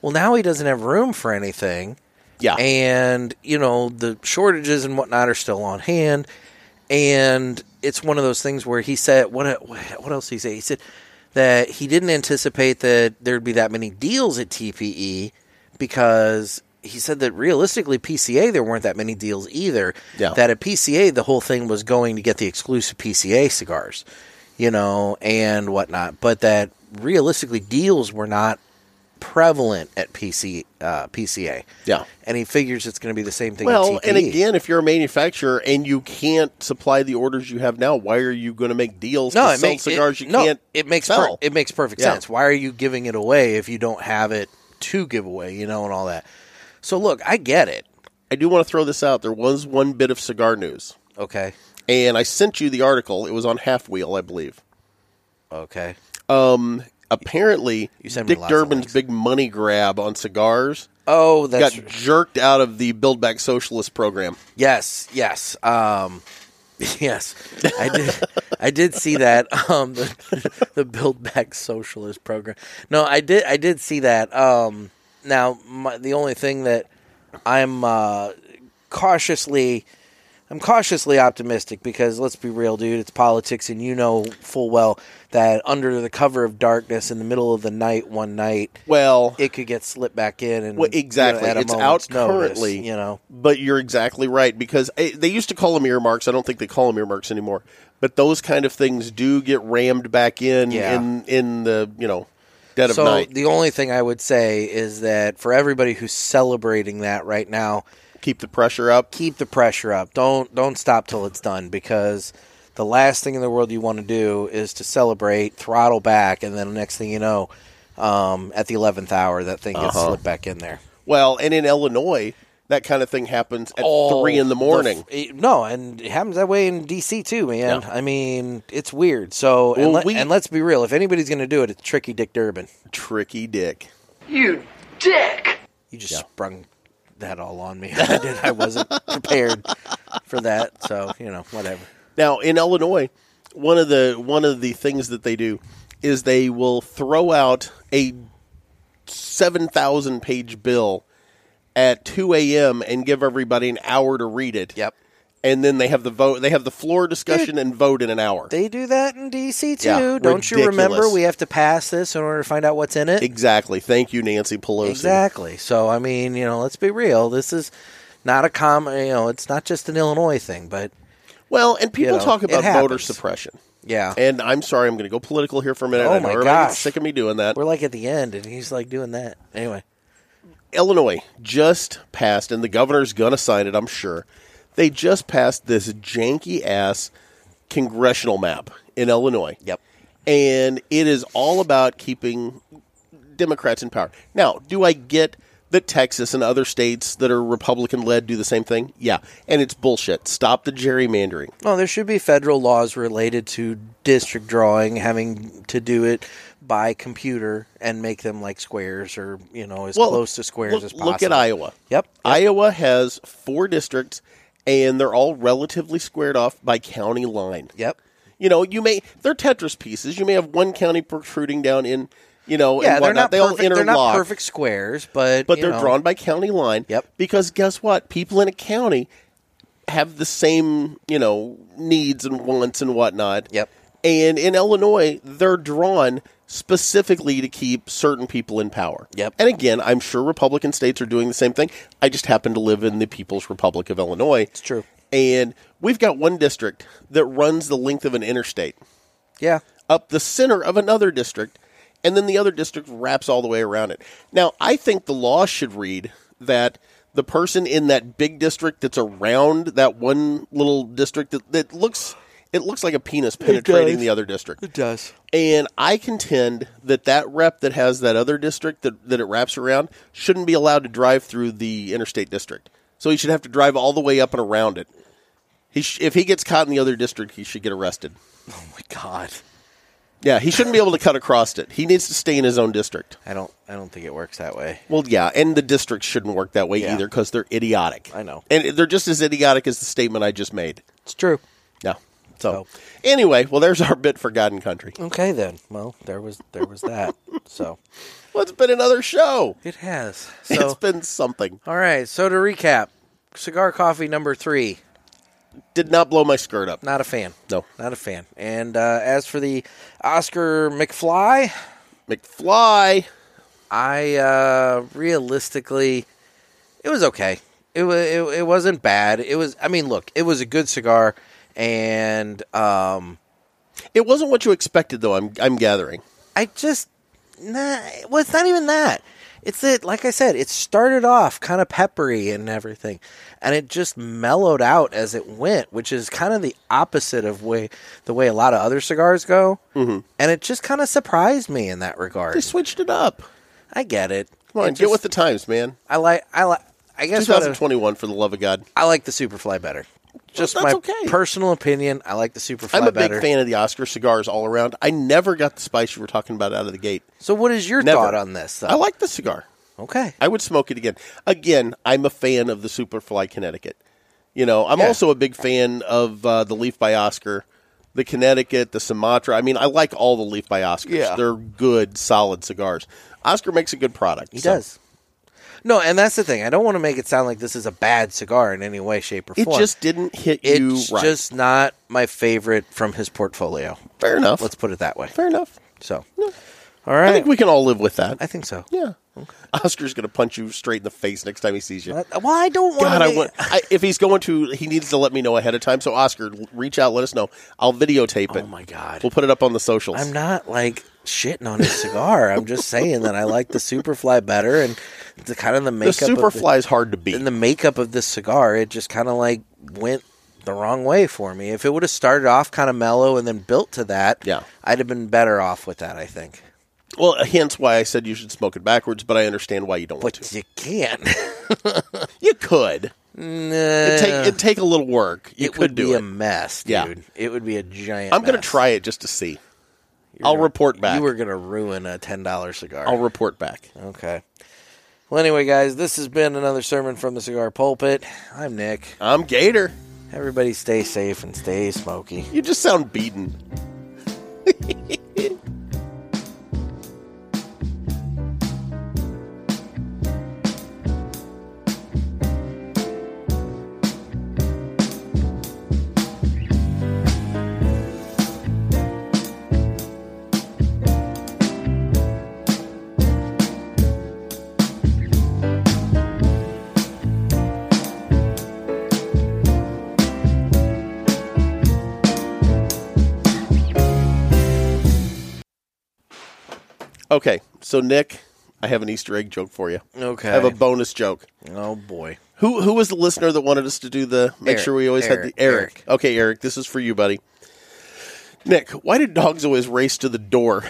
[SPEAKER 2] Well, now he doesn't have room for anything.
[SPEAKER 3] Yeah.
[SPEAKER 2] And, you know, the shortages and whatnot are still on hand. And it's one of those things where he said, what, what else did he say? He said that he didn't anticipate that there'd be that many deals at TPE because he said that realistically, PCA, there weren't that many deals either.
[SPEAKER 3] Yeah.
[SPEAKER 2] That at PCA, the whole thing was going to get the exclusive PCA cigars, you know, and whatnot. But that realistically, deals were not prevalent at PC, uh, PCA
[SPEAKER 3] yeah.
[SPEAKER 2] and he figures it's going to be the same thing.
[SPEAKER 3] Well,
[SPEAKER 2] at E.
[SPEAKER 3] and
[SPEAKER 2] TPE.
[SPEAKER 3] again, if you're a manufacturer and you can't supply the orders you have now, why are you going to make deals
[SPEAKER 2] no,
[SPEAKER 3] to
[SPEAKER 2] it
[SPEAKER 3] sell
[SPEAKER 2] makes
[SPEAKER 3] cigars
[SPEAKER 2] it,
[SPEAKER 3] you
[SPEAKER 2] no,
[SPEAKER 3] can't
[SPEAKER 2] It makes per-
[SPEAKER 3] sell?
[SPEAKER 2] it makes perfect
[SPEAKER 3] Yeah.
[SPEAKER 2] sense. Why are you giving it away if you don't have it to give away? You know, and all that. So look, I get it.
[SPEAKER 3] I do want to throw this out. There was one bit of cigar news,
[SPEAKER 2] Okay,
[SPEAKER 3] and I sent you the article. It was on Half Wheel, I believe.
[SPEAKER 2] okay.
[SPEAKER 3] Apparently,
[SPEAKER 2] sent me
[SPEAKER 3] Dick
[SPEAKER 2] lots of links.
[SPEAKER 3] Durbin's big money grab on cigars
[SPEAKER 2] Oh, that's
[SPEAKER 3] got jerked out of the Build Back Socialist program.
[SPEAKER 2] yes, yes, um, yes. I did. I did see that. Um, the, the Build Back Socialist program. No, I did. I did see that. Um, now, my, the only thing that I'm uh, cautiously. I'm cautiously optimistic because let's be real, dude, it's politics, and you know full well that under the cover of darkness, in the middle of the night, one night,
[SPEAKER 3] Well,
[SPEAKER 2] it could get slipped back in. And
[SPEAKER 3] Well,
[SPEAKER 2] you know,
[SPEAKER 3] exactly.
[SPEAKER 2] at a
[SPEAKER 3] It's
[SPEAKER 2] moment's
[SPEAKER 3] out
[SPEAKER 2] notice,
[SPEAKER 3] currently.
[SPEAKER 2] You know,
[SPEAKER 3] But you're exactly right because eh, they used to call them earmarks. I don't think they call them earmarks anymore. But those kind of things do get rammed back in
[SPEAKER 2] Yeah.
[SPEAKER 3] in in the you know dead
[SPEAKER 2] so
[SPEAKER 3] of night.
[SPEAKER 2] the only thing I would say is that for everybody who's celebrating that right now,
[SPEAKER 3] Keep the pressure up.
[SPEAKER 2] keep the pressure up. Don't don't stop till it's done because the last thing in the world you want to do is to celebrate, throttle back, and then the next thing you know, um, at the eleventh hour, that thing
[SPEAKER 3] Uh-huh.
[SPEAKER 2] gets slipped back in there.
[SPEAKER 3] Well, and in Illinois, that kind of thing happens at
[SPEAKER 2] All
[SPEAKER 3] three in Oh, the morning.
[SPEAKER 2] Oh, f- eh, no, and it happens that way in DC too, man.
[SPEAKER 3] Yeah.
[SPEAKER 2] I mean, it's weird. So and,
[SPEAKER 3] Well,
[SPEAKER 2] let,
[SPEAKER 3] we-
[SPEAKER 2] and let's be real. If anybody's going to do it, it's tricky Dick Durbin.
[SPEAKER 3] Tricky Dick.
[SPEAKER 9] You dick!
[SPEAKER 2] You just sprung that all on me. I did. I wasn't prepared for that. So you know, whatever.
[SPEAKER 3] Now in Illinois, one of the one of the things that they do is they will throw out a seven thousand page bill at two a.m. and give everybody an hour to read it.
[SPEAKER 2] Yep.
[SPEAKER 3] And then they have the vote. They have the floor discussion and vote in an hour.
[SPEAKER 2] They do that in DC too.
[SPEAKER 3] Yeah,
[SPEAKER 2] Don't you remember?
[SPEAKER 3] ridiculous.
[SPEAKER 2] We have to pass this in order to find out what's in it.
[SPEAKER 3] exactly. Thank you, Nancy Pelosi.
[SPEAKER 2] Exactly. So I mean, you know, let's be real. This is not a common. You know, it's not just an Illinois thing, but
[SPEAKER 3] Well, and people
[SPEAKER 2] You know,
[SPEAKER 3] talk
[SPEAKER 2] it
[SPEAKER 3] about voter
[SPEAKER 2] happens.
[SPEAKER 3] suppression.
[SPEAKER 2] yeah,
[SPEAKER 3] And I'm sorry, I'm going to go political here for a minute.
[SPEAKER 2] Oh
[SPEAKER 3] I know
[SPEAKER 2] my
[SPEAKER 3] everybody gets
[SPEAKER 2] gosh.
[SPEAKER 3] sick of me doing that.
[SPEAKER 2] we're like at the end, and he's like doing that anyway.
[SPEAKER 3] Illinois just passed, and the governor's going to sign it, I'm sure. They just passed this janky ass congressional map in Illinois.
[SPEAKER 2] Yep.
[SPEAKER 3] And it is all about keeping Democrats in power. Now, do I get that Texas and other states that are Republican led do the same thing? Yeah. And it's bullshit. Stop the gerrymandering.
[SPEAKER 2] Well, there should be federal laws related to district drawing, having to do it by computer and make them like squares or you know as close to squares
[SPEAKER 3] look,
[SPEAKER 2] as possible.
[SPEAKER 3] Look at Iowa.
[SPEAKER 2] Yep.
[SPEAKER 3] Iowa has four districts, and they're all relatively squared off by county line.
[SPEAKER 2] Yep.
[SPEAKER 3] You know, you may they're Tetris pieces. You may have one county protruding down in, you know,
[SPEAKER 2] Yeah,
[SPEAKER 3] and
[SPEAKER 2] they're
[SPEAKER 3] whatnot.
[SPEAKER 2] not
[SPEAKER 3] they
[SPEAKER 2] perfect.
[SPEAKER 3] all interlock,
[SPEAKER 2] They're not perfect squares, but
[SPEAKER 3] but
[SPEAKER 2] you
[SPEAKER 3] they're
[SPEAKER 2] know.
[SPEAKER 3] drawn by county line.
[SPEAKER 2] Yep.
[SPEAKER 3] Because guess what? People in a county have the same, you know, needs and wants and whatnot.
[SPEAKER 2] Yep.
[SPEAKER 3] And in Illinois, they're drawn specifically to keep certain people in power.
[SPEAKER 2] Yep.
[SPEAKER 3] And again, I'm sure Republican states are doing the same thing. I just happen to live in the People's Republic of Illinois. It's
[SPEAKER 2] true.
[SPEAKER 3] And we've got one district that runs the length of an interstate
[SPEAKER 2] Yeah.
[SPEAKER 3] up the center of another district, and then the other district wraps all the way around it. Now, I think the law should read that the person in that big district that's around that one little district that, that looks it looks like a penis penetrating the other district.
[SPEAKER 2] It does.
[SPEAKER 3] And I contend that that rep that has that other district that, that it wraps around shouldn't be allowed to drive through the interstate district. So he should have to drive all the way up and around it. He sh- if he gets caught in the other district, he should get arrested.
[SPEAKER 2] Oh my god.
[SPEAKER 3] Yeah, he shouldn't be able to cut across it. He needs to stay in his own district.
[SPEAKER 2] I don't I don't think it works that way.
[SPEAKER 3] Well, yeah, and the districts shouldn't work that way
[SPEAKER 2] Yeah.
[SPEAKER 3] either because they're idiotic.
[SPEAKER 2] I know.
[SPEAKER 3] And they're just as idiotic as the statement I just made.
[SPEAKER 2] It's true.
[SPEAKER 3] Yeah. So,
[SPEAKER 2] So.
[SPEAKER 3] anyway, well, there's our bit for God and country.
[SPEAKER 2] Okay then. Well, there was there was that. so
[SPEAKER 3] Well, it's been another show.
[SPEAKER 2] it has.
[SPEAKER 3] it's
[SPEAKER 2] So
[SPEAKER 3] been something.
[SPEAKER 2] all right. So to recap, cigar coffee number three.
[SPEAKER 3] Did not blow my skirt up.
[SPEAKER 2] Not a fan.
[SPEAKER 3] No.
[SPEAKER 2] Not a fan. And uh, as for the Oscar McFly,
[SPEAKER 3] McFly.
[SPEAKER 2] I uh, realistically, it was okay. It, wa- it it wasn't bad. It was. I mean, look, it was a good cigar, and um,
[SPEAKER 3] It wasn't what you expected, though. I'm I'm gathering.
[SPEAKER 2] I just nah. Well, it's not even that. It's that, like I said, it started off kind of peppery and everything, and it just mellowed out as it went, which is kind of the opposite of way the way a lot of other cigars go. Mm-hmm. And it just kind of surprised me in that
[SPEAKER 3] They
[SPEAKER 2] regard.
[SPEAKER 3] switched it up.
[SPEAKER 2] I get it.
[SPEAKER 3] Come on,
[SPEAKER 2] It
[SPEAKER 3] get
[SPEAKER 2] just-
[SPEAKER 3] with the times, man.
[SPEAKER 2] I like. I like. I guess what I-
[SPEAKER 3] 2021, for the love of God.
[SPEAKER 2] I like the Superfly better. Just
[SPEAKER 3] that's
[SPEAKER 2] my
[SPEAKER 3] okay.
[SPEAKER 2] personal opinion. I like the Superfly
[SPEAKER 3] I'm a big
[SPEAKER 2] better.
[SPEAKER 3] fan of the Oscar cigars all around. I never got the spice you were talking about out of the gate.
[SPEAKER 2] So, what is your
[SPEAKER 3] Never.
[SPEAKER 2] thought on this? Though?
[SPEAKER 3] I like the cigar.
[SPEAKER 2] Okay.
[SPEAKER 3] I would smoke it again. Again, I'm a fan of the Superfly Connecticut. You know, I'm
[SPEAKER 2] Yeah.
[SPEAKER 3] also a big fan of uh, the Leaf by Oscar, the Connecticut, the Sumatra. I mean, I like all the Leaf by Oscars.
[SPEAKER 2] Yeah.
[SPEAKER 3] They're good, solid cigars. Oscar makes a good product.
[SPEAKER 2] He does. No, and that's the thing. I don't want to make it sound like this is a bad cigar in any way, shape, or
[SPEAKER 3] It
[SPEAKER 2] form.
[SPEAKER 3] just didn't hit you
[SPEAKER 2] it's
[SPEAKER 3] right.
[SPEAKER 2] just not my favorite from his portfolio.
[SPEAKER 3] Fair enough.
[SPEAKER 2] Let's put it that way.
[SPEAKER 3] Fair enough.
[SPEAKER 2] So, all right.
[SPEAKER 3] I think we can all live with that.
[SPEAKER 2] I think so.
[SPEAKER 3] yeah. Oscar's going to punch you straight in the face next time he sees you.
[SPEAKER 2] Uh, Well, I don't Oh want.
[SPEAKER 3] God,
[SPEAKER 2] to
[SPEAKER 3] I want. I, if he's going to, he needs to let me know ahead of time. So, Oscar, l- reach out, let us know. I'll videotape it.
[SPEAKER 2] Oh my God.
[SPEAKER 3] We'll put it up on the socials.
[SPEAKER 2] I'm not like shitting on his cigar. I'm just saying that I like the Superfly better, and the kind of the
[SPEAKER 3] the
[SPEAKER 2] makeup. of
[SPEAKER 3] Superfly is hard to beat.
[SPEAKER 2] in the makeup of this cigar, it just kind of like went the wrong way for me. If it would have started off kind of mellow and then built to that,
[SPEAKER 3] Yeah.
[SPEAKER 2] I'd have been better off with that. I think,
[SPEAKER 3] well, hence why I said you should smoke it backwards, but I understand why you don't want
[SPEAKER 2] but
[SPEAKER 3] to.
[SPEAKER 2] you can't.
[SPEAKER 3] You could. It'd take, it'd take a little work. You
[SPEAKER 2] it
[SPEAKER 3] could
[SPEAKER 2] would
[SPEAKER 3] do
[SPEAKER 2] be
[SPEAKER 3] it.
[SPEAKER 2] a mess, dude.
[SPEAKER 3] Yeah.
[SPEAKER 2] It would be a giant.
[SPEAKER 3] I'm going to
[SPEAKER 2] mess.
[SPEAKER 3] try it just to see. I'll report back. Oh.
[SPEAKER 2] You were gonna ruin a ten dollar cigar.
[SPEAKER 3] I'll report back.
[SPEAKER 2] okay. Well, anyway, guys, this has been another sermon from the cigar pulpit. I'm Nick.
[SPEAKER 3] I'm Gator.
[SPEAKER 2] Everybody, stay safe and stay smoky.
[SPEAKER 3] You just sound beaten. Okay, so Nick, I have an Easter egg joke for you.
[SPEAKER 2] Okay.
[SPEAKER 3] I have a bonus joke.
[SPEAKER 2] oh boy.
[SPEAKER 3] Who who was the listener that wanted us to do the make
[SPEAKER 2] Eric.
[SPEAKER 3] sure we always had
[SPEAKER 2] Eric.
[SPEAKER 3] the Eric. Okay, Eric, this is for you, buddy. Nick, why do dogs always race to the door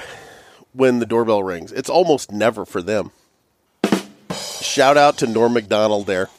[SPEAKER 3] when the doorbell rings? It's almost never for them. Shout out to Norm McDonald there.